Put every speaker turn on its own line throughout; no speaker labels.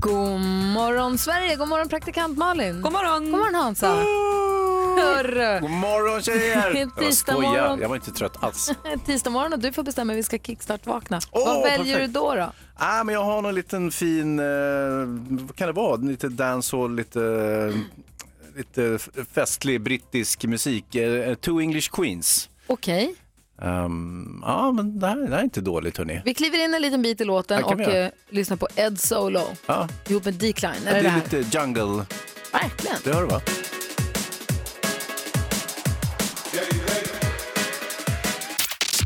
God morgon Sverige, god morgon praktikant Malin. God morgon. God morgon Hansa. Hörru.
God morgon tjejer!
Tisdag morgon.
jag var inte trött alls.
Tisdag morgon och du får bestämma hur vi ska kickstart-vakna.
Åh,
Vad väljer
perfekt.
du då? då?
Ah, men jag har någon liten fin, eh, vad kan det vara, lite dancehall, lite, eh, lite f- festlig brittisk musik. Eh, Two English Queens.
Okej,
Ehm, Ja, men det här, det här är inte dåligt hörni.
vi kliver in en liten bit i låten
Ja, kan
och
vi göra.
eh, lyssnar på Ed Solo
Ja,
ihop med Decline. Är
det
det det
är
här?
lite jungle,
Verkligen.
det hör du va?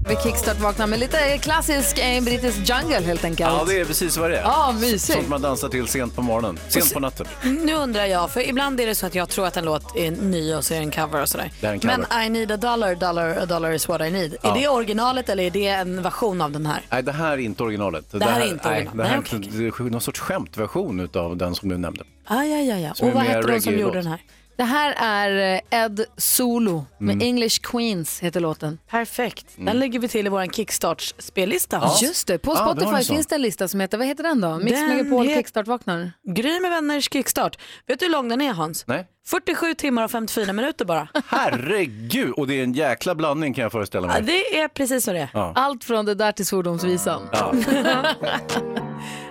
Vi kickstart-vaknar med lite klassisk eh, brittisk jungle helt enkelt.
Ja, det är precis vad det är.
Ja, mysigt.
Sånt man dansar till sent på morgonen, sent på natten.
Nu undrar jag, för ibland är det så att jag tror att en låt är ny och så är det en cover och sådär.
Det är en cover.
Men I need a dollar, dollar, a dollar is what I need.
Ja.
Är det originalet eller är det en version av den här?
Nej, det här är inte originalet. Det,
här är inte
nej,
originalet.
det här är
Nej,
inte, det är någon sorts skämtversion av den som du nämnde.
Ah, ja, ja, ja.
Som
Och
är
vad
mer
hette de som
reggae-låt.
gjorde den här?
Det här är eh, Ed Solo med
Mm.
English Queens heter låten.
Perfekt. Den lägger vi till i vår Kickstarts-spellista.
Just det, på
Ah, då Mm. har
Spotify
ni så.
finns det en lista som heter, vad heter den då? Mix
Den
Megapol
het-
Kickstart vaknar.
Gry med vänners kickstart. Vet du hur lång den är Hans?
Nej.
47 timmar och 54 minuter bara.
Herregud, och det är en jäkla blandning kan jag föreställa
Ja,
mig.
det är precis vad det är.
Allt från det där till svordomsvisan.
Ja.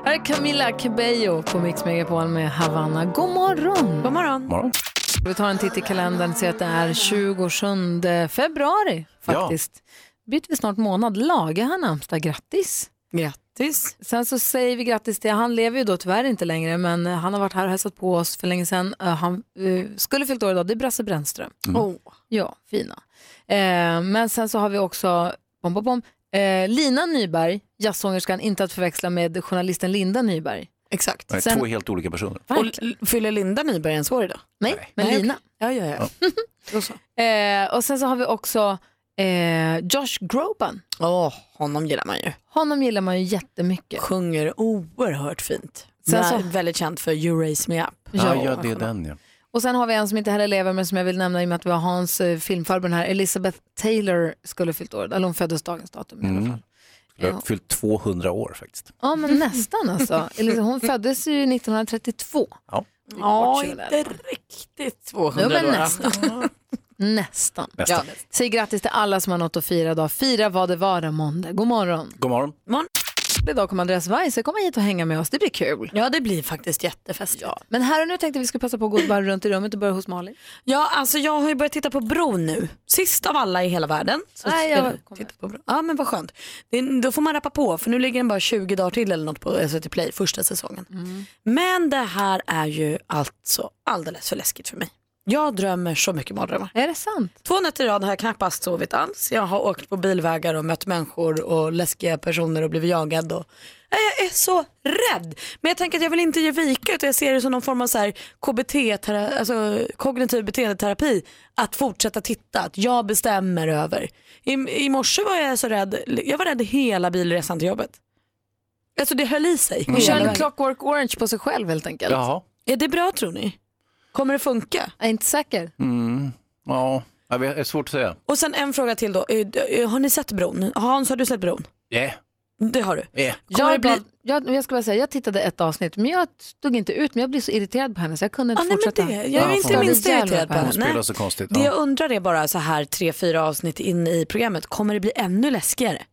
Här är Camila Cabello på Mix Megapol med Havanna. God morgon!
God morgon.
Morgon.
Vi tar en titt i kalendern och ser att det är 27 februari faktiskt. Byter vi snart månad. Lage har namnsdag, grattis!
Grattis.
Sen så säger vi grattis till, han lever ju då tyvärr inte längre, men eh, han har varit här och hälsat på oss för länge sedan. Eh, Han eh, skulle fyllt år idag, det är Brasse Brännström.
Mm.
Oh.
Ja, fina. Eh, men sen så har vi också bom, bom, bom, eh, Lina Nyberg, jazzsångerskan, inte att förväxla med journalisten Linda Nyberg.
Exakt.
Nej,
Sen-
Två helt olika personer.
Och l- fyller Linda Nyberg ens år idag?
Nej, men
Nej,
Lina.
Ja, ja, ja. Då så.
Eh, och sen så har vi också eh, Josh Groban.
Åh, honom gillar man ju.
Honom gillar man ju jättemycket.
Sjunger oerhört fint.
Sen så-
Men Väldigt känd för You Raise Me Up.
Ja, ja, det är den ja.
Och sen har vi en som inte heller lever men som jag vill nämna i och med att vi har Hans eh, filmfarbror här. Elizabeth Taylor skulle ha fyllt år, eller hon föddes dagens datum i alla fall.
Mm. Jag har fyllt 200 år faktiskt.
Ja men nästan alltså. Elisa, hon föddes ju 1932.
Ja.
Ja,
Bort sig
inte
där.
riktigt
Jo,
200
men
då.
nästan. nästan.
Nästa.
Säg grattis till alla som har något att fira idag. Fira vad det vara måndag. God morgon.
God morgon.
Morgon.
Idag kommer Andreas Weise komma hit och hänga med oss. Det blir kul.
Ja, det blir faktiskt jättefestligt. Ja.
Men här och nu tänkte vi skulle passa på att gå ett varv runt i rummet och börja hos Malin.
ja, alltså jag har ju börjat titta på bron nu. Sist av alla i hela världen. Så
Nej,
ska
jag kommer.
titta på bron. Ja, men vad skönt. Det, då får man rappa på, för nu ligger den bara 20 dagar till eller något på SVT Play, första säsongen.
Mm.
Men det här är ju alltså alldeles för läskigt för mig. Jag drömmer så mycket mardrömmar.
Är det sant?
Två nätter i rad har jag knappast sovit alls. Jag har åkt på bilvägar och mött människor och läskiga personer och blivit jagad. Och... Nej, Jag är så rädd. Men jag tänker att jag vill inte ge vika utan jag ser det som någon form av så här KBT, tera- alltså kognitiv beteendeterapi. Att fortsätta titta, att jag bestämmer över. I, I morse var jag så rädd, jag var rädd hela bilresan till jobbet. Alltså det höll i sig.
Hon kör
Hela
en
vägen.
clockwork orange på sig själv helt enkelt.
Jaha.
Är det bra tror ni? Kommer det funka?
Jag är inte säker.
Mm. Ja, jag vet, det är svårt att säga.
Och sen en fråga till då. Eh, eh, Har ni sett bron? Hans, har du sett bron?
Yeah.
Det har du.
Yeah.
Kommer det
Jag,
bli-
gav- jag, jag ska bara säga, jag tittade ett avsnitt men jag stod inte ut men jag blev så irriterad på henne så jag kunde inte
Ah, nej, men
fortsätta.
det- jag är inte
störde
minst
ihjäl mig
irriterad på henne.
Hon
Nej.
spelar så konstigt.
Det
Ja.
jag undrar är bara så här tre, fyra avsnitt in i programmet, kommer det bli ännu läskigare?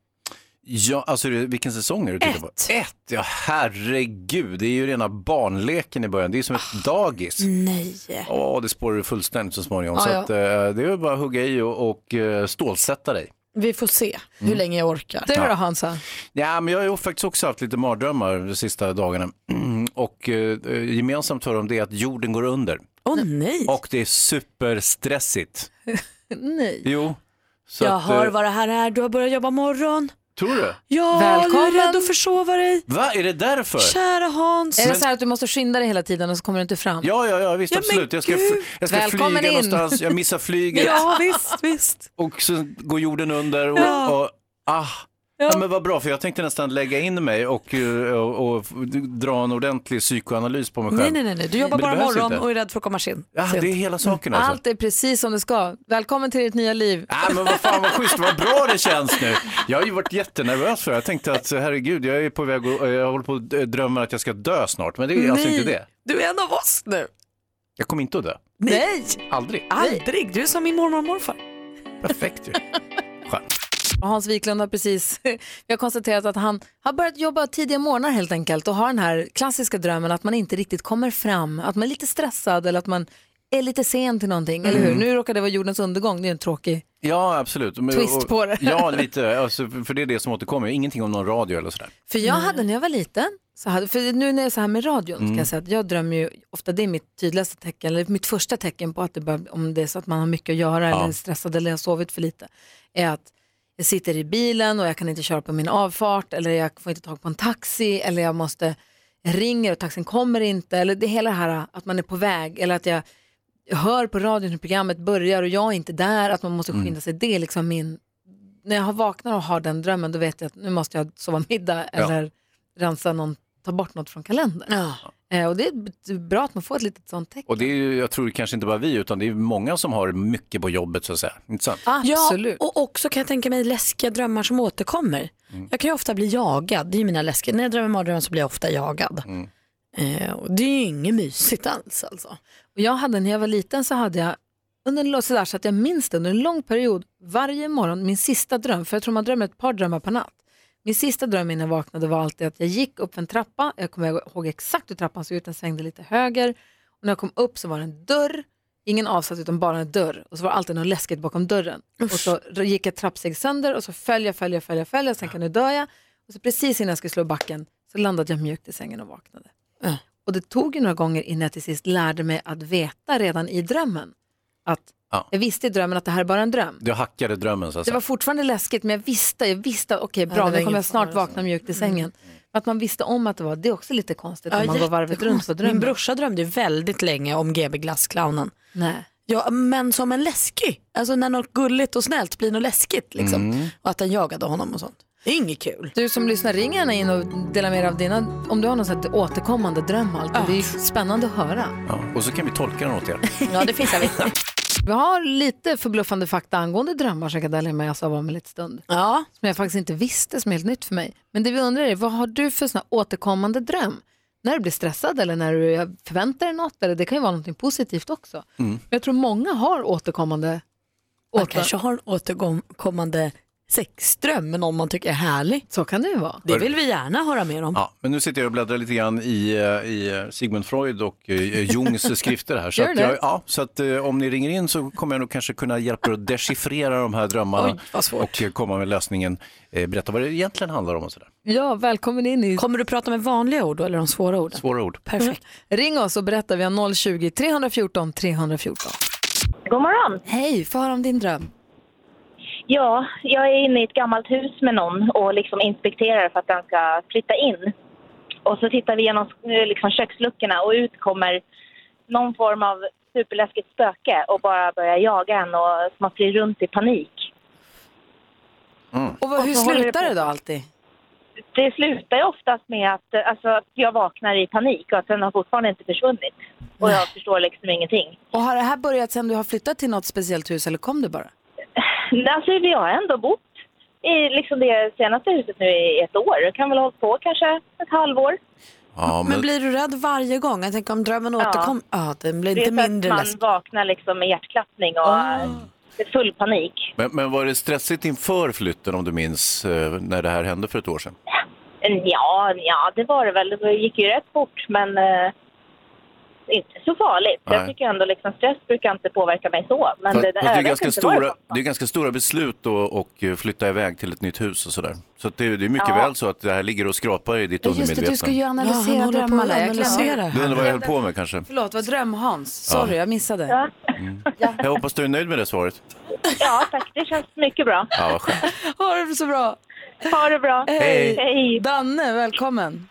Ja, alltså, det- vilken säsong är det du tittar på?
Ett.
Ett! Ja, herregud. Det är ju rena barnleken i början. Det är som ett
Ah.
dagis.
Nej.
Ja, det spårar ju fullständigt så småningom.
Ja,
så
ja.
Att, eh, det är ju bara att hugga i och, och eh, stålsätta dig.
Vi får se hur
Mm.
länge jag orkar.
Du då Hansa?
Ja, men jag har ju faktiskt också haft lite mardrömmar de sista dagarna. Och eh, gemensamt för dem det är att jorden går under.
Åh nej.
Och det är superstressigt.
Nej.
Jo. Så
jag
att,
hör
eh,
vad det här är, du har börjat jobba morgon.
Tror du?
Ja,
Välkommen.
jag är rädd att försova dig.
Va, är det därför?
Kära Hans.
Är det så här att du måste skynda dig hela tiden och så kommer du inte fram?
Ja, ja, ja, visst
Ja, men
absolut. Jag ska, f-
Gud.
jag ska
Välkommen
flyga
in.
någonstans, jag missar flyget
Ja, visst, visst.
och så går jorden under och,
Ja.
och ah. Ja. men vad bra, för jag tänkte nästan lägga in mig och, eh, och, och dra en ordentlig psykoanalys på mig själv.
Nej, nej, nej, nej. Du jobbar
Men det
bara
behövs
morgon
inte.
och är rädd för att komma sin.
Ah,
sent.
det Ah! är hela saken alltså.
Allt är precis som det ska. Välkommen till ditt nya liv.
Nej men vad fan vad schysst, vad bra det känns nu. Jag har ju varit jättenervös för det. Jag tänkte att herregud, jag är på väg och jag håller på att eh, drömma att jag ska dö snart. Men det är alltså
Nej,
inte det.
Du är en av oss nu.
Jag kommer inte att dö.
Nej,
Aldrig.
aldrig. Du är som min mormor och morfar.
Perfekt ju. Skönt.
Och Hans Wiklund har precis, vi har konstaterat att han har börjat jobba tidiga morgnar helt enkelt och har den här klassiska drömmen att man inte riktigt kommer fram, att man är lite stressad eller att man är lite sen till någonting, eller hur?
Mm.
Nu råkar det vara jordens undergång, det är en tråkig.
Ja, absolut. Men-
Twist
och-
på det.
Ja, lite. Alltså, för det är det som återkommer. Ingenting om någon radio eller sådär.
För jag hade när jag var liten, så hade, för nu när jag är så här med radion, ska jag säga att jag drömmer ju ofta, det är mitt tydligaste tecken, eller mitt första tecken på att det bör, om det är så att man har mycket att göra eller är stressad eller har sovit för lite, är att jag sitter i bilen och jag kan inte köra på min avfart eller jag får inte tag på en taxi eller jag måste jag ringer och taxin kommer inte eller det är hela det här att man är på väg eller att jag hör på radion hur programmet börjar och jag är inte där, att man måste skynda sig. Det är liksom min när jag har vaknar och har den drömmen då vet jag att nu måste jag sova middag eller rensa någon, ta bort något från kalendern. Eh, och det är b- bra att man får ett litet sånt tecken.
Och det är ju, jag tror kanske inte bara vi, utan det är många som har mycket på jobbet så att säga. Inte sant?
Absolut.
Ja, och också kan jag tänka mig läskiga drömmar som återkommer.
Mm.
Jag kan ju ofta bli jagad. Det är ju mina läskiga. När jag drömmer mardrömmar så blir jag ofta jagad.
Mm.
Eh, och det är ju inget mysigt alls alltså.
Och jag hade när jag var liten så hade jag under en, lång- sådär, så att jag minns det under en lång period varje morgon, min sista dröm, för jag tror man drömmer ett par drömmar per natt. Min sista dröm innan jag vaknade var alltid att jag gick upp för en trappa, jag kommer ihåg exakt hur trappan såg ut, den svängde lite höger och när jag kom upp så var det en dörr, ingen avsats utan bara en dörr och så var det alltid något läskigt bakom dörren. Och så gick ett trappsteg sönder och så följer jag, följer jag, följer jag, följer jag, sen kan nu dö jag. Och så precis innan jag skulle slå backen så landade jag mjukt i sängen och vaknade.
Äh.
Och det tog ju några gånger innan jag till sist lärde mig att veta redan i drömmen. Att
Ja.
jag visste i drömmen att det här är bara en dröm.
Du hackade drömmen så att
Det
säga.
var fortfarande läskigt men jag visste, jag visste att okej
det
bra
var
nu
ingen
kommer jag snart
fara, alltså.
vakna mjukt i sängen. Men Att man visste om att det var, det är också lite konstigt om man går varvet
jättekonstigt.
runt på drömmen.
Min brorsa drömde ju väldigt länge om GB Glassclownen.
Nej.
Ja, men som en läskig. Alltså när något gulligt och snällt blir något läskigt liksom.
Mm.
Och att den jagade honom och sånt. Det är inget kul.
Du som lyssnar, ring gärna in och dela med dig av dina, om du har någon sån här återkommande dröm alltid. Det är ju spännande att höra.
Ja. Och så kan vi tolka den åt er.
Ja, det finns jag vet.
Vi har lite förbluffande fakta angående drömmar som jag kan dela med oss av om en liten stund.
Ja.
som jag faktiskt inte visste som är helt nytt för mig. Men det vi undrar är, vad har du för sån här återkommande dröm? När du blir stressad eller när du förväntar dig något, eller det kan ju vara något positivt också. Men jag tror många har återkommande
Man
åter...
kanske har en återkommande sexdröm med någon man tycker är härlig.
Så kan det ju vara.
Det vill vi gärna höra mer om.
Ja, men nu sitter jag och bläddrar lite grann i, eh, i eh, Sigmund Freud och eh, Jungs skrifter här. Så
Gör
att,
det?
jag, ja, så att eh, om ni ringer in så kommer jag nog kanske kunna hjälpa er att dechiffrera de här drömmarna
Oj, vad svårt.
och eh, komma med lösningen. Eh, Berätta vad det egentligen handlar om och sådär.
Ja, välkommen in i...
Kommer du prata med vanliga ord då, eller de svåra orden?
Svåra ord.
Perfekt.
Mm. Ring oss och berätta, vi har 020-314 314.
God morgon!
Hej, få höra om din dröm.
Ja, jag är inne i ett gammalt hus med någon och liksom inspekterar för att den ska flytta in. Och så tittar vi genom eh, liksom, köksluckorna och ut kommer någon form av superläskigt spöke och bara börjar jaga en och man flyr runt i panik.
Och vad, hur
vad håller
slutar
det på?
det då alltid?
Det slutar ju oftast med att, eh, alltså, att jag vaknar i panik och att den har fortfarande inte försvunnit. Och jag förstår liksom ingenting.
Och har det här börjat sen du har flyttat till något speciellt hus eller kom det bara?
Men Alltså vi har ändå bott i liksom det senaste huset nu i ett år. Jag kan väl ha hållit på kanske ett halvår.
Ja,
Men blir du rädd varje gång? Jag tänker om drömmen
Ja.
återkommer. Ja, den blir
Det är
inte
så att
mindre
man
läskig.
vaknar liksom med hjärtklappning och
Ah.
eh, full panik.
men, men var det stressigt inför flytten om du minns eh, när det här hände för ett år sedan?
Ja, ja, det var det väl. Det gick ju rätt fort, men eh, inte så farligt.
Nej.
Jag tycker ändå liksom stress brukar inte påverka mig så. Men
Fast-
det, jag
fast det, är
vet
ganska
inte vad
stora,
var.
det är ganska stora beslut då och eh, flytta iväg till ett nytt hus och sådär. Så att det, det är mycket
Ja.
väl så att det här ligger och skrapar i ditt
Ja, just det,
undermedvetna.
du ska ju
Ja, han
analysera
håller på att
drömmarna. Jag glömde.
analysera
Du
här.
undrar vad jag höll på med kanske?
Förlåt, vad dröm-Hans. Sorry, jag missade.
Ja.
Jag hoppas du är nöjd med det svaret.
ja, tack. Det känns mycket bra.
Ja, vad skönt.
Ha det så bra.
Ha det bra.
Hej.
Hej.
Danne, välkommen.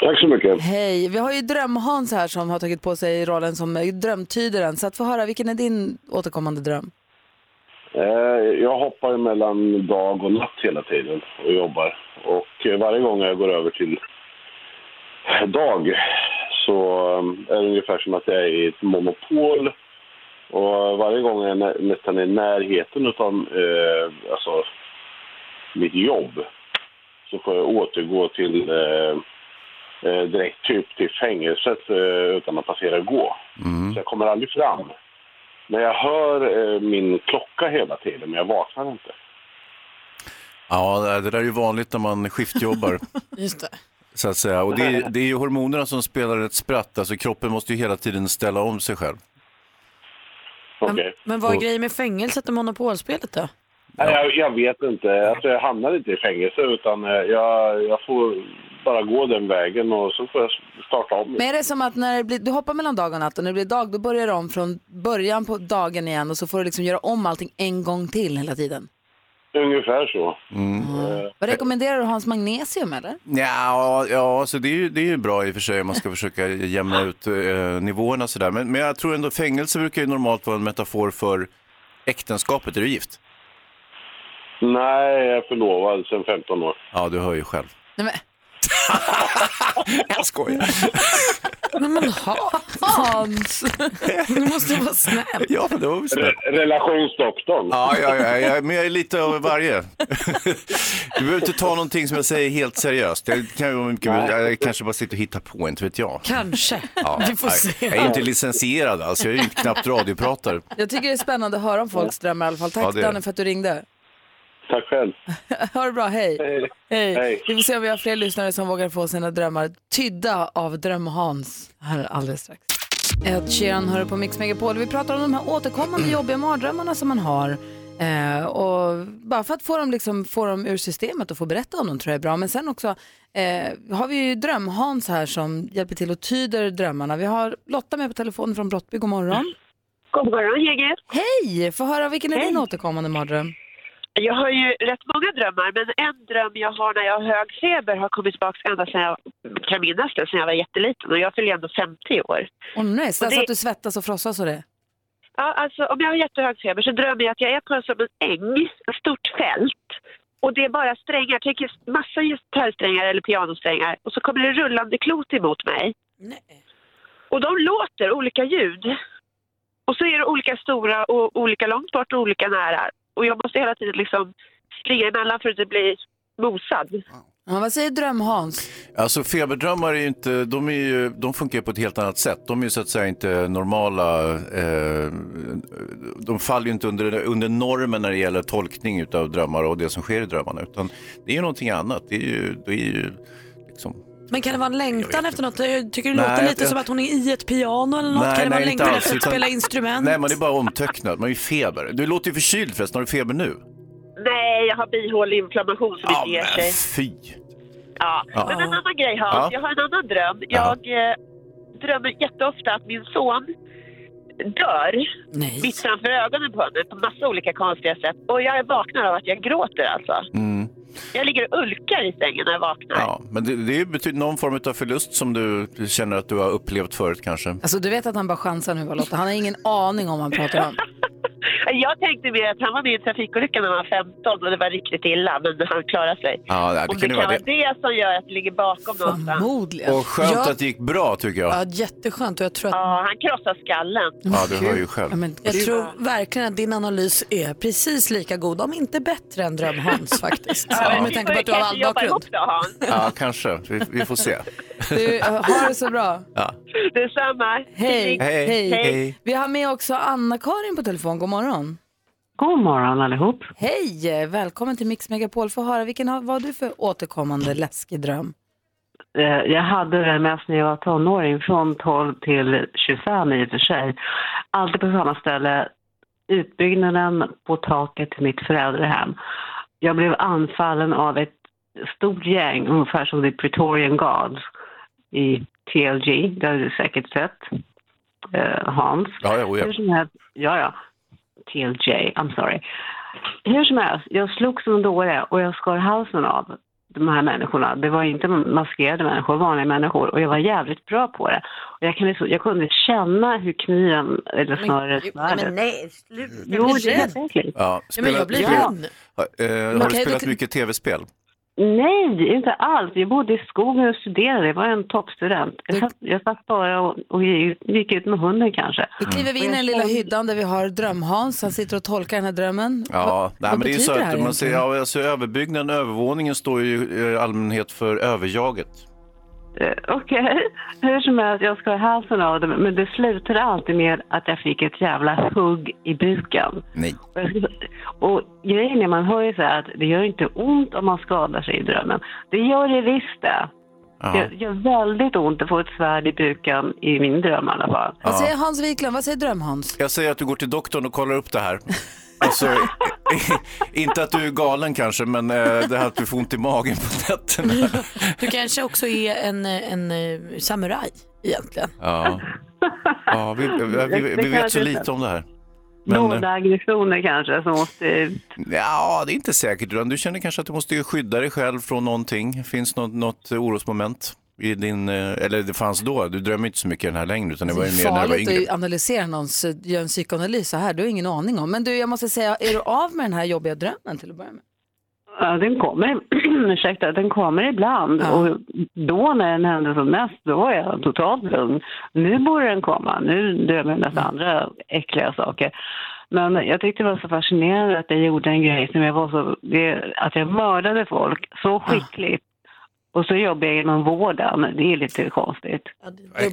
Tack så mycket.
Hej, vi har ju Dröm-Hans här som har tagit på sig rollen som eh, drömtydaren. Så att få höra, vilken är din återkommande dröm?
Eh, Jag hoppar ju mellan dag och natt hela tiden och jobbar. Och eh, varje gång jag går över till dag så eh, är det ungefär som att jag är i ett monopol. Och varje gång jag nä- nästan är i närheten av eh, alltså, mitt jobb så får jag återgå till eh, eh, direkt typ till fängelset eh, utan att passera gå. Så jag kommer aldrig fram. Men jag hör eh, min klocka hela tiden, men jag vaknar inte.
Ja, det där är ju vanligt när man skiftjobbar.
Just det.
Så att säga. Och det, är- det är ju hormonerna som spelar ett spratt. Alltså kroppen måste ju hela tiden ställa om sig själv.
Okej.
Men vad är grejen med fängelset och monopolspelet då?
Nej, jag, jag vet inte. Alltså, jag hamnar inte i fängelse, utan eh, jag, jag får bara gå den vägen och så får jag starta om.
Men är det som att när det blir, du hoppar mellan dag och natt och när det blir dag då börjar du om från början på dagen igen och så får du liksom göra om allting en gång till hela tiden?
Ungefär så.
Mm.
Eh,
Vad rekommenderar du Hans Magnesium eller?
Ja, ja så det, är ju, det är ju bra i och för sig om man ska försöka jämna ut eh, nivåerna sådär. Men, men jag tror ändå fängelse brukar ju normalt vara en metafor för äktenskapet. Är du gift?
Nej, jag är förlovad sedan 15 år.
Ja, du hör ju själv.
Nej, men,
Jag skojar.
Men man har.
Hans!
Du måste vara snäll.
Ja, men det var väl sådär.
Re- Relationsdoktorn.
Ja, ja, ja, ja, men jag är lite av varje. Du behöver inte ta någonting som jag säger helt seriöst. Jag, kan, ju vara mycket, jag kanske bara sitter och hittar på, inte vet jag.
Kanske.
Ja,
Vi får
nej.
se.
Jag är ju inte licensierad, alltså. jag är ju knappt radiopratare.
Jag tycker det är spännande att höra om folks drömmar i alla fall. Tack
Ja, det är det.
Danne för att du ringde.
Tack själv.
Ha det bra, hej.
Hej.
Hej.
Hej.
Vi får se om vi har fler lyssnare som vågar få sina drömmar tydda av Dröm-Hans här alldeles strax. Ed Sheeran hör på Mix Megapol. Vi pratar om de här återkommande jobbiga mardrömmarna som man har. Eh, och bara för att få dem, liksom, få dem ur systemet och få berätta om dem tror jag är bra. Men sen också eh, har vi ju Dröm-Hans här som hjälper till och tyder drömmarna. Vi har Lotta med på telefonen från Brottby. God morgon.
God morgon gänget.
Hej! Få höra, vilken är din återkommande mardröm?
Jag har ju rätt många drömmar men en dröm jag har när jag har hög feber har kommit tillbaka ända sedan jag kan minnas det, sedan jag var jätteliten och jag fyller ju ändå 50 år.
Åh nej, så
Och det-
att du svettas och frossas och det?
Ja, alltså, om jag har jättehög feber så drömmer jag att jag är på en, som en äng, ett stort fält. Och det är bara strängar, tänk er massa gitarrsträngar eller pianosträngar. Och så kommer det rullande klot emot mig.
Nej.
Och de låter olika ljud. Och så är det olika stora och olika långt bort och olika nära. Och jag måste hela tiden liksom springa emellan för att inte bli mosad.
Ja, vad säger Dröm-Hans?
Alltså feberdrömmar är ju inte, de, är ju, de funkar ju på ett helt annat sätt. De är ju så att säga inte normala, eh, de faller ju inte under, under normen när det gäller tolkning utav drömmar och det som sker i drömmarna. Utan det är ju någonting annat. Det är ju, det är ju liksom,
Men kan det vara en längtan efter något? Jag tycker det
Nej,
låter lite
jag-
som att hon är i ett piano eller något.
Nej,
kan det vara
nej,
en
inte
längtan
alls,
efter att
utan-
spela instrument?
nej man är bara omtöcknad, man är ju feber. Du låter ju förkyld förresten, har du feber nu?
Nej, jag har bihåleinflammation som inte ger sig.
men fy!
Ja.
Ja.
Men en annan grej Hans,
Ja.
jag har en annan dröm.
Jaha.
Jag eh, drömmer jätteofta att min son dör
Nej.
mitt framför ögonen på henne på massa olika konstiga sätt. Och jag vaknar av att jag gråter alltså.
Mm,
Jag ligger och ulkar i sängen när jag vaknar.
ja. Men det, det betyder någon form av förlust som du känner att du har upplevt förut kanske.
Alltså du vet att han bara chansar nu va, Lotta? Han har ingen aning om vad han pratar om.
Jag tänkte mer att han var med i en trafikolycka när han var 15 och det var riktigt illa, men han klarade sig.
Ja, nej, det
Om
kan
det
ju
kan
vara
vara
det.
det som gör att det ligger bakom någonstans.
Förmodligen.
Och skönt
Jag-
att det gick bra tycker jag.
Ja, jätteskönt. Och jag tror, att,
Ja, han krossar skallen.
Ja, du hör ju själv.
Ja, men,
jag tror verkligen att din analys är precis lika god, om inte bättre än Dröm-Hans faktiskt. Med tanke på att du har all
Vi kanske jobbar
bakgrund.
ihop då, Hans.
Ja, kanske. Vi, vi får se.
du, eh, ha det så bra.
Detsamma.
Hej.
Hej.
Hej.
Hej.
Vi har med också Anna-Karin på telefon. God morgon.
God morgon allihop.
Hej, eh, välkommen till Mix Megapol. Få höra, vilken har, vad har du för återkommande läskig dröm?
Eh, Jag hade det mest när jag var tonåring, från 12 till 25 i och för sig. Alltid på samma ställe, utbyggnaden på taket till mitt föräldrahem. Jag blev anfallen av ett stort gäng, ungefär som The Pretorian Guards i TLG, det har du säkert sett, eh, Hans.
Ja, jo, ja.
Hur som helst, ja, ja. TLJ, I'm sorry. Hur som helst, jag slog som en dåre och jag skar halsen av de här människorna. Det var inte maskerade människor, vanliga människor och jag var jävligt bra på det. Och jag, kan, liksom- jag kunde känna hur kniven, eller snarare
Men
svärdet...
nej, sluta.
Jo,
Jag blir
det är
rädd.
jätteäckligt.
Ja,
Ja, men jag blir
spelat-
rädd.
Ha- eh,
Man
har
kan
du
ju
spelat
tycka-
mycket tv-spel?
Nej, inte alls. Jag bodde i skogen och studerade. Jag var en toppstudent. Jag satt, jag satt bara och, och gick ut med hunden kanske. Mm.
Då kliver vi in i den lilla hyddan där vi har drömhans. Han sitter och tolkar den här drömmen.
Ja, nej, men det är ju
betyder
så
det här
att man säger,
egentligen?
ja, alltså, överbyggnaden, övervåningen står ju i allmänhet för överjaget.
Eh, Okej, hur som helst, jag skar halsen av dem. Men det slutade alltid med att jag fick ett jävla hugg i buken.
Nej.
Och, jag skulle- och grejen är, man hör ju så här att det gör inte ont om man skadar sig i drömmen. Det gör det visst det.
Ja.
Det gör väldigt ont att få ett svärd i buken i min dröm i alla fall.
Vad säger Hans Wiklund? Vad säger drömhans?
Jag säger att du går till doktorn och kollar upp det här. Alltså, inte att du är galen kanske, men eh, det här att du får ont i magen på nätterna.
Du kanske också är en, eh, en eh, samuraj egentligen.
Ja, ja vi, vi, vi, vi vet så lite om det här. Men,
Dolda
eh,
aggressioner kanske som måste ut.
ja, det är inte säkert. utan Du känner kanske att du måste skydda dig själv från någonting. Finns något, något orosmoment? I din, eh, eller det fanns då, du drömmer inte så mycket i den här längre utan det var ju mer när du var
Alltså, Farligt
yngre.
att analysera någons, eh, göra en psykoanalys så här. Du har ingen aning om. Men du, jag måste säga, är du av med den här jobbiga drömmen till att börja med?
Ja, den kommer, ursäkta, den kommer ibland. Och då när den hände som mest, då var jag totalt lugn. Nu borde den komma. Nu drömmer jag mest andra äckliga saker. Men jag tyckte det var så fascinerande att jag gjorde en grej som jag var så, det, att jag mördade folk så skickligt. Och så jobbar jag inom vården. Det är lite konstigt.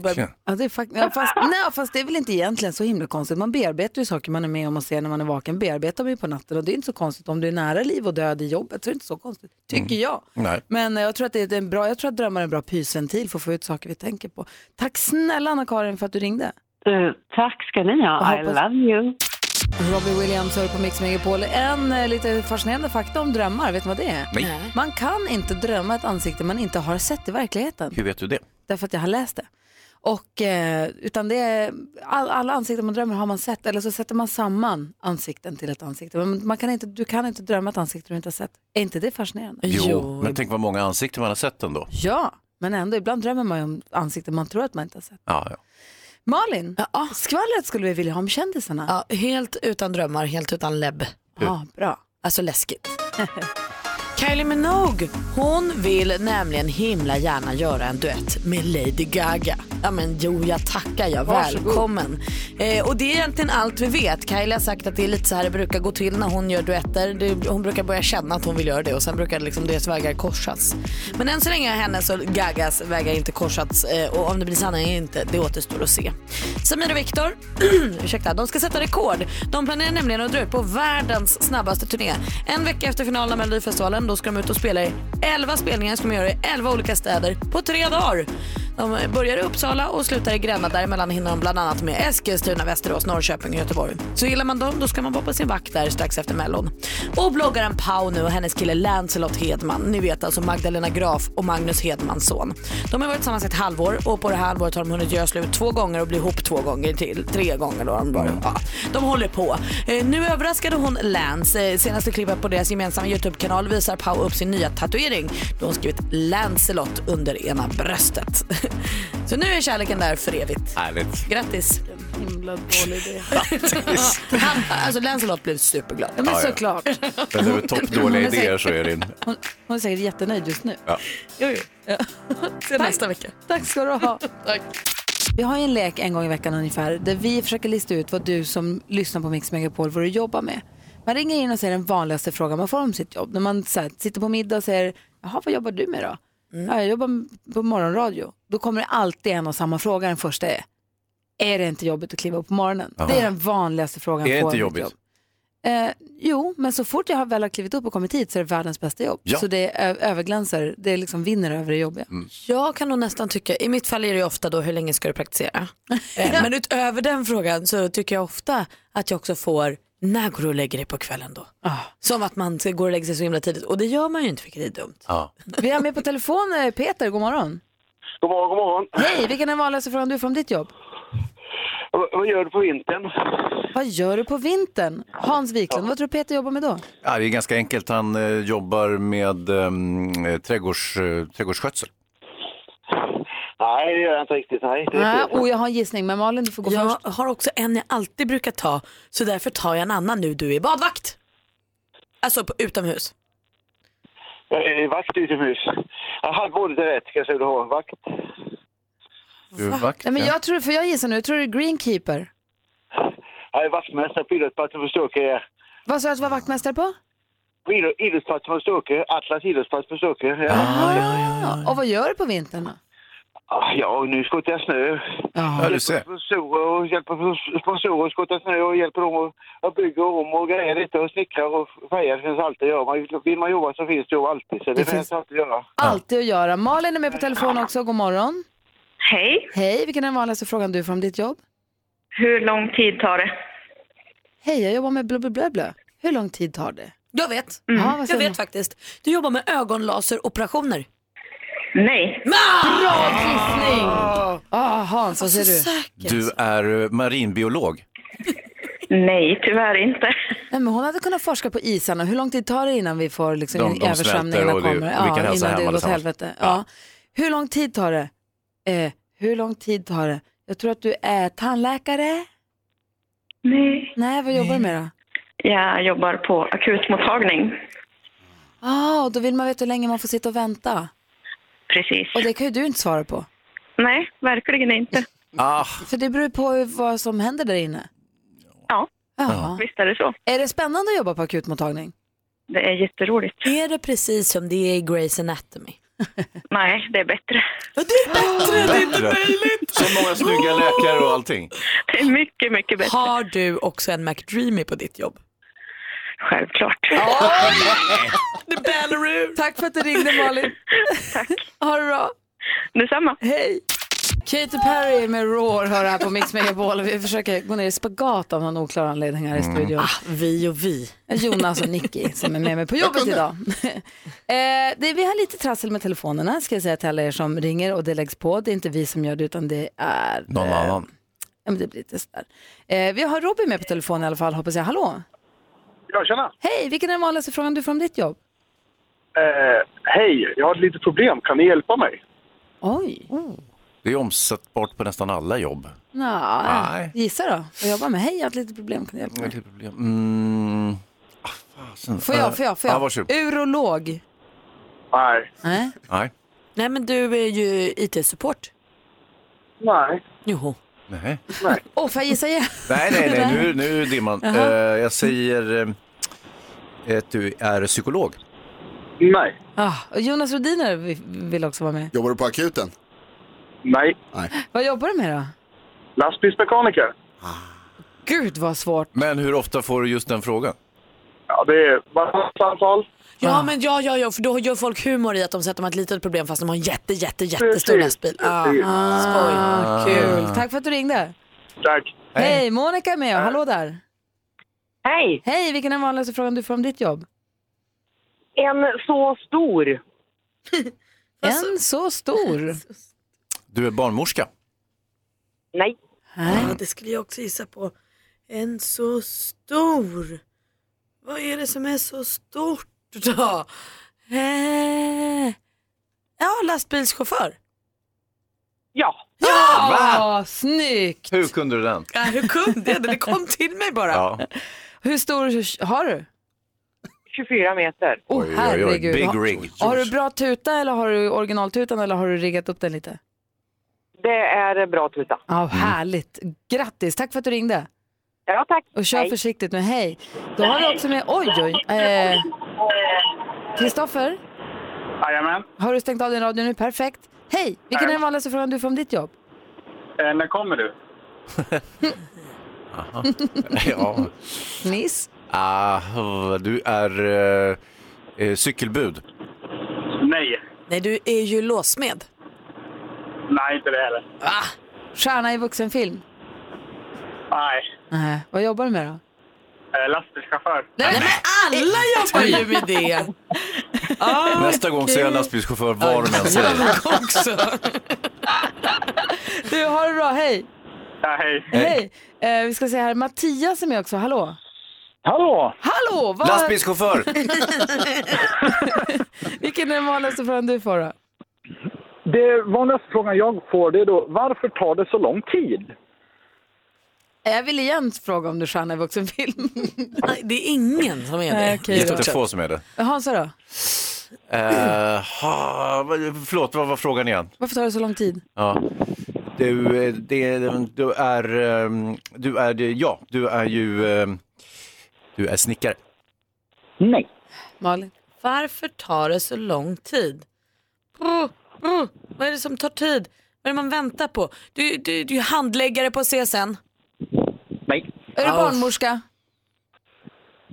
Verkligen.
Ja, det är fakt- ja, fast, nej, fast det är väl inte egentligen så himla konstigt. Man bearbetar ju saker man är med om och ser när man är vaken. Bearbetar man ju på natten och det är inte så konstigt. Om du är nära liv och död i jobbet så är det inte så konstigt,
Mm.
tycker jag.
Nej.
Men eh, jag tror att det är en bra, jag tror att drömmar är en bra pysventil för att få ut saker vi tänker på. Tack snälla Anna-Karin för att du ringde.
Eh, tack ska ni ha. I love you.
Robbie Williams hör på Mix Megapol. En eh, lite fascinerande fakta om drömmar, vet du vad det är?
Nej.
Man kan inte drömma ett ansikte man inte har sett i verkligheten.
Hur vet du det?
därför att jag har läst det. Och, eh, utan det är, all, alla ansikten man drömmer har man sett, eller så sätter man samman ansikten till ett ansikte. Men man kan inte, du kan inte drömma ett ansikte du inte har sett. Är inte det fascinerande?
Jo, men tänk vad många ansikten man har sett ändå.
Ja, men ändå, ibland drömmer man ju om ansikten man tror att man inte har sett.
Ja, ja.
Malin, skvallret skulle vi vilja ha om kändisarna.
Ja, helt utan drömmar, helt utan lebb.
Ja, bra.
Alltså läskigt. Kylie Minogue, hon vill nämligen himla gärna göra en duett med Lady Gaga. Ja men jo, jag tackar jag.
Varsågod.
Välkommen. Eh, och det är egentligen allt vi vet. Kylie har sagt att det är lite så här det brukar gå till när hon gör duetter. Det, hon brukar börja känna att hon vill göra det och sen brukar liksom deras vägar korsas. Men än så länge har hennes och Gagas vägar inte korsats eh, och om det blir sanning eller inte, det återstår att se. Samir och Viktor, ursäkta, de ska sätta rekord. De planerar nämligen att dra ut på världens snabbaste turné. En vecka efter finalen av Melodifestivalen, då ska de ut och spela i 11 spelningar ska de göra i 11 olika städer på tre dagar. De börjar i Uppsala och slutar i Gränna. Däremellan hinner de bland annat med Eskilstuna, Västerås, Norrköping och Göteborg. Så gillar man dem, då ska man vara på sin vakt där strax efter Mellon. Och bloggaren Pau nu och hennes kille Lancelot Hedman, ni vet alltså Magdalena Graf och Magnus Hedmans son. De har varit tillsammans i ett halvår och på det här halvåret har de hunnit göra slut två gånger och bli ihop två gånger till. Tre gånger då. har De,
Mm.
bara, ja, de håller på. Eh, nu överraskade hon Lance. Eh, senaste klippet på deras gemensamma Youtube-kanal visar Pau upp sin nya tatuering. Då har hon skrivit Lancelot under ena bröstet. Så nu är kärleken där för evigt.
Härligt.
Grattis.
Himla dålig idé.
Han, alltså Lancelot blev superglad.
Ja, men
Ja, ja.
såklart.
Men det är väl toppdåliga idéer så är det.
Hon, hon är säkert jättenöjd just nu.
Ja.
Jo, jo. Ses nästa vecka. Tack ska du ha. Tack. Vi har ju en lek en gång i veckan ungefär där vi försöker lista ut vad du som lyssnar på Mix Megapol vad du jobbar med. Man ringer in och säger den vanligaste frågan man får om sitt jobb. När man så här, sitter på middag och säger “Jaha, vad jobbar du med då?”
Mm.
ja, “Jag jobbar på morgonradio”. Då kommer det alltid en och samma fråga. Den första är “Är det inte jobbigt att kliva upp på morgonen?”
Jaha.
Det är den vanligaste frågan.
Är det
jag får
inte
om mitt
jobbigt?
jobb. Eh, jo, men så fort jag har väl har klivit upp och kommit hit så är det världens bästa jobb.
Ja.
Så det är ö- överglänser, det liksom vinner över det jobbiga.
Mm.
Jag kan nog nästan tycka, i mitt fall är det ju ofta då hur länge ska du praktisera? Eh, Men utöver den frågan så tycker jag ofta att jag också får, när går du och lägger dig på kvällen då?
Ah.
Som att man ska gå och lägga sig så himla tidigt och det gör man ju inte vilket är dumt.
Ja.
Vi har med på telefon eh, Peter, god morgon.
God morgon, god morgon.
Hej, vilken är den vanligaste frågan du får om ditt jobb?
Vad- Vad gör du på vintern?
Vad gör du på vintern? Hans Wiklund, vad tror du Peter jobbar med då?
Ja, det är ganska enkelt. Han eh, jobbar med eh, trädgårds, eh, trädgårdsskötsel.
Nej, det gör jag inte riktigt. Nej, det är
Nej,
fel.
och Ah, oh, jag har en gissning, men Malin du får gå
Jag
först.
har också en jag alltid brukar ta, så därför tar jag en annan nu du är badvakt. Alltså på, utomhus.
Jag är vakt utomhus. Jag hade både det rätt, kanske du har vakt.
Du är vakt,
Nej, men
ja.
jag tror, för jag gissar nu, jag tror det är greenkeeper.
Jag är vaktmästare på idrottsplatsen för Stöke.
Vad sa du att du var vaktmästare på?
På idro- Idrottsplatsen för Stöke, Atlas idrottsplats för Stöke. Ja.
Ah, Och vad gör du på vintern då?
Ah, ja, och nu skottar jag snö.
Ja, du ser.
Sponsorer och hjälper sponsorer att skotta snö och hjälper dem att- att bygga om och grejer lite och snickrar och färgar. Det finns alltid att göra. Man- Vill man jobba så finns det jobb alltid. Så det, finns... alltid att göra.
Alltid att göra. Malin är med på telefon också, god morgon.
Hej.
Hej, vilken är den vanligaste frågan du får om ditt jobb?
Hur lång tid tar det?
Hej, jag jobbar med blö, blö, blö, blö. Hur lång tid tar det?
Jag vet.
Mm.
Ja, vad
Jag
säger
vet faktiskt. Du jobbar med ögonlaseroperationer.
Nej.
Bra gissning! Ah, Hans, vad säger du?
Du är eh, marinbiolog.
Nej, tyvärr inte.
Nej, men hon hade kunnat forska på isarna. Hur lång tid tar det innan vi får liksom,
De- de
översvämningarna
smälter och det-
kommer?
och vi kan hälsa
innan
hem
det går åt
allesammans.
helvete. Ja. Hur lång tid tar det? Eh, hur lång tid tar det? Jag tror att du är tandläkare.
Nej.
Nej, vad jobbar du med då?
Jag jobbar på akutmottagning.
Ah, och då vill man veta hur länge man får sitta och vänta.
Precis.
Och det kan ju du inte svara på.
Nej, verkligen inte.
Ah,
För det beror ju på hur- vad som händer där inne.
Ja,
Ja.
visst är det så.
Är det spännande att jobba på akutmottagning?
Det är jätteroligt.
Är det precis som det är i Grey's Anatomy?
Nej, det är bättre.
Ja, det är bättre! Det är inte möjligt!
så många snygga läkare och allting.
Det är mycket, mycket bättre.
Har du också en McDreamy på ditt jobb?
Självklart.
Det bäller ur!
Tack för att du ringde Malin. Tack. ha det bra.
Detsamma.
Hej! Katy Perry med Roar hör här på Mix Megapol. Vi försöker gå ner i spagat av någon oklar anledning här i studion.
Mm. Ah, Vi och vi.
Jonas och Nicky som är med mig på jobbet idag. eh, det, vi har lite trassel med telefonerna ska jag säga till alla er som ringer och det läggs på. Det är inte vi som gör det utan det är...
Någon
eh,
annan.
Ja, men det blir lite sådär. Eh, vi har Robin med på telefon i alla fall hoppas jag. Hallå!
Ja, tjena!
Hej, vilken är den vanligaste frågan du får om ditt jobb?
Eh,
hej, jag har ett litet problem. Kan ni hjälpa mig?
Oj!
Det är omsättbart på nästan alla jobb.
Nå,
Nej.
gissa då. Jag jobbar med. Hej, jag har ett litet problem. Kan du hjälpa mig?
Mm. Ah, fasen.
Får jag? Får jag? Får
Ja,
jag?
Eh.
varsågod.
Urolog?
Nej.
Nej.
Nej.
Nej men du är ju IT-support.
Nej.
Joho.
Nej.
Åh, får jag gissa igen?
Nej, nej, nej, nu, nu är dimman.
Jaha.
Eh, jag säger eh, att du är psykolog.
Nej.
Ah, och Jonas Rhodiner vi- vill också vara med.
Jobbar du på akuten?
Nej.
Vad jobbar du med då?
Lastbilsmekaniker?
Gud vad svårt.
Men hur ofta får du just den frågan? Ah.
Ja, det är balansantal.
Ah.
Ja men ja, ja, ja, för då gör folk humor i att de säger att de har ett litet problem fast de har en jätte, jätte, jättestor
Precis.
lastbil. Ah,
Ah,
skoj.
kul. Tack för att du ringde.
Tack.
Hej, Monica är med. Hallå där.
Hej!
Hej, vilken är den vanligaste frågan du får om ditt jobb?
En så stor.
en så stor.
Du är barnmorska.
Nej.
Nej.
Ja, det skulle jag också gissa på. En så stor. Vad är det som är så stort då? Eh, ja, lastbilschaufför.
Ja.
Ja, snyggt.
Hur kunde du den?
Ja, hur kunde jag det? Det kom till mig bara.
Ja.
Hur stor har du?
24 meter.
Åh,
Oj, oj, oj.
herregud.
Big
Har-
rig.
Har du bra tuta eller har du originaltutan eller har du riggat upp den lite?
Det är bra tuta.
Ja,
Mm.
härligt. Grattis, tack för att du ringde.
Ja, tack.
Och kör försiktigt nu, hej. Då har vi också med, oj oj, eh, Kristoffer,
Jajamän.
har du stängt av din radio nu? Perfekt. Hej, vilken är den vanligaste frågan du får om ditt jobb?
Eh, när kommer du?
ja.
Niss?
Ah, du är eh, eh, cykelbud.
Nej.
Nej, du är ju låsmed.
Nej, inte det heller.
Stjärna i vuxenfilm?
Nej.
Nej, vad jobbar du med då?
Eh, lastbilschaufför.
Nej, men alla
Eh,
jobbar ju med det.
Ah,
Nästa gång så är jag lastbilschaufför var de än säger.
Jag också.
Du, har det bra, hej!
Ja, hej.
Hej! Eh, vi ska se här, Mattias är med också, hallå!
Hallå!
Hallå! vad-
Lastbilschaufför.
Vilken är den vanligaste frågan du får då?
Det vanligaste frågan jag får det är då, varför tar det så lång tid?
Eh, Jag vill igen fråga om du stjärna i vuxenfilm. Nej,
det är ingen som är
Nej, okej då.
Jättefå som är det.
Hansa då?
Eh, ha, vad- förlåt, vad var frågan igen?
Varför tar det så lång tid?
Ja. Du, eh, det, du är, ehm, du är, det- ja, du är ju, ehm, du är snickare.
Nej.
Malin?
Varför tar det så lång tid? Oh, oh, vad är det som tar tid? Vad är det man väntar på? Du, du, du är handläggare på CSN.
Nej.
Är du
Ja.
barnmorska?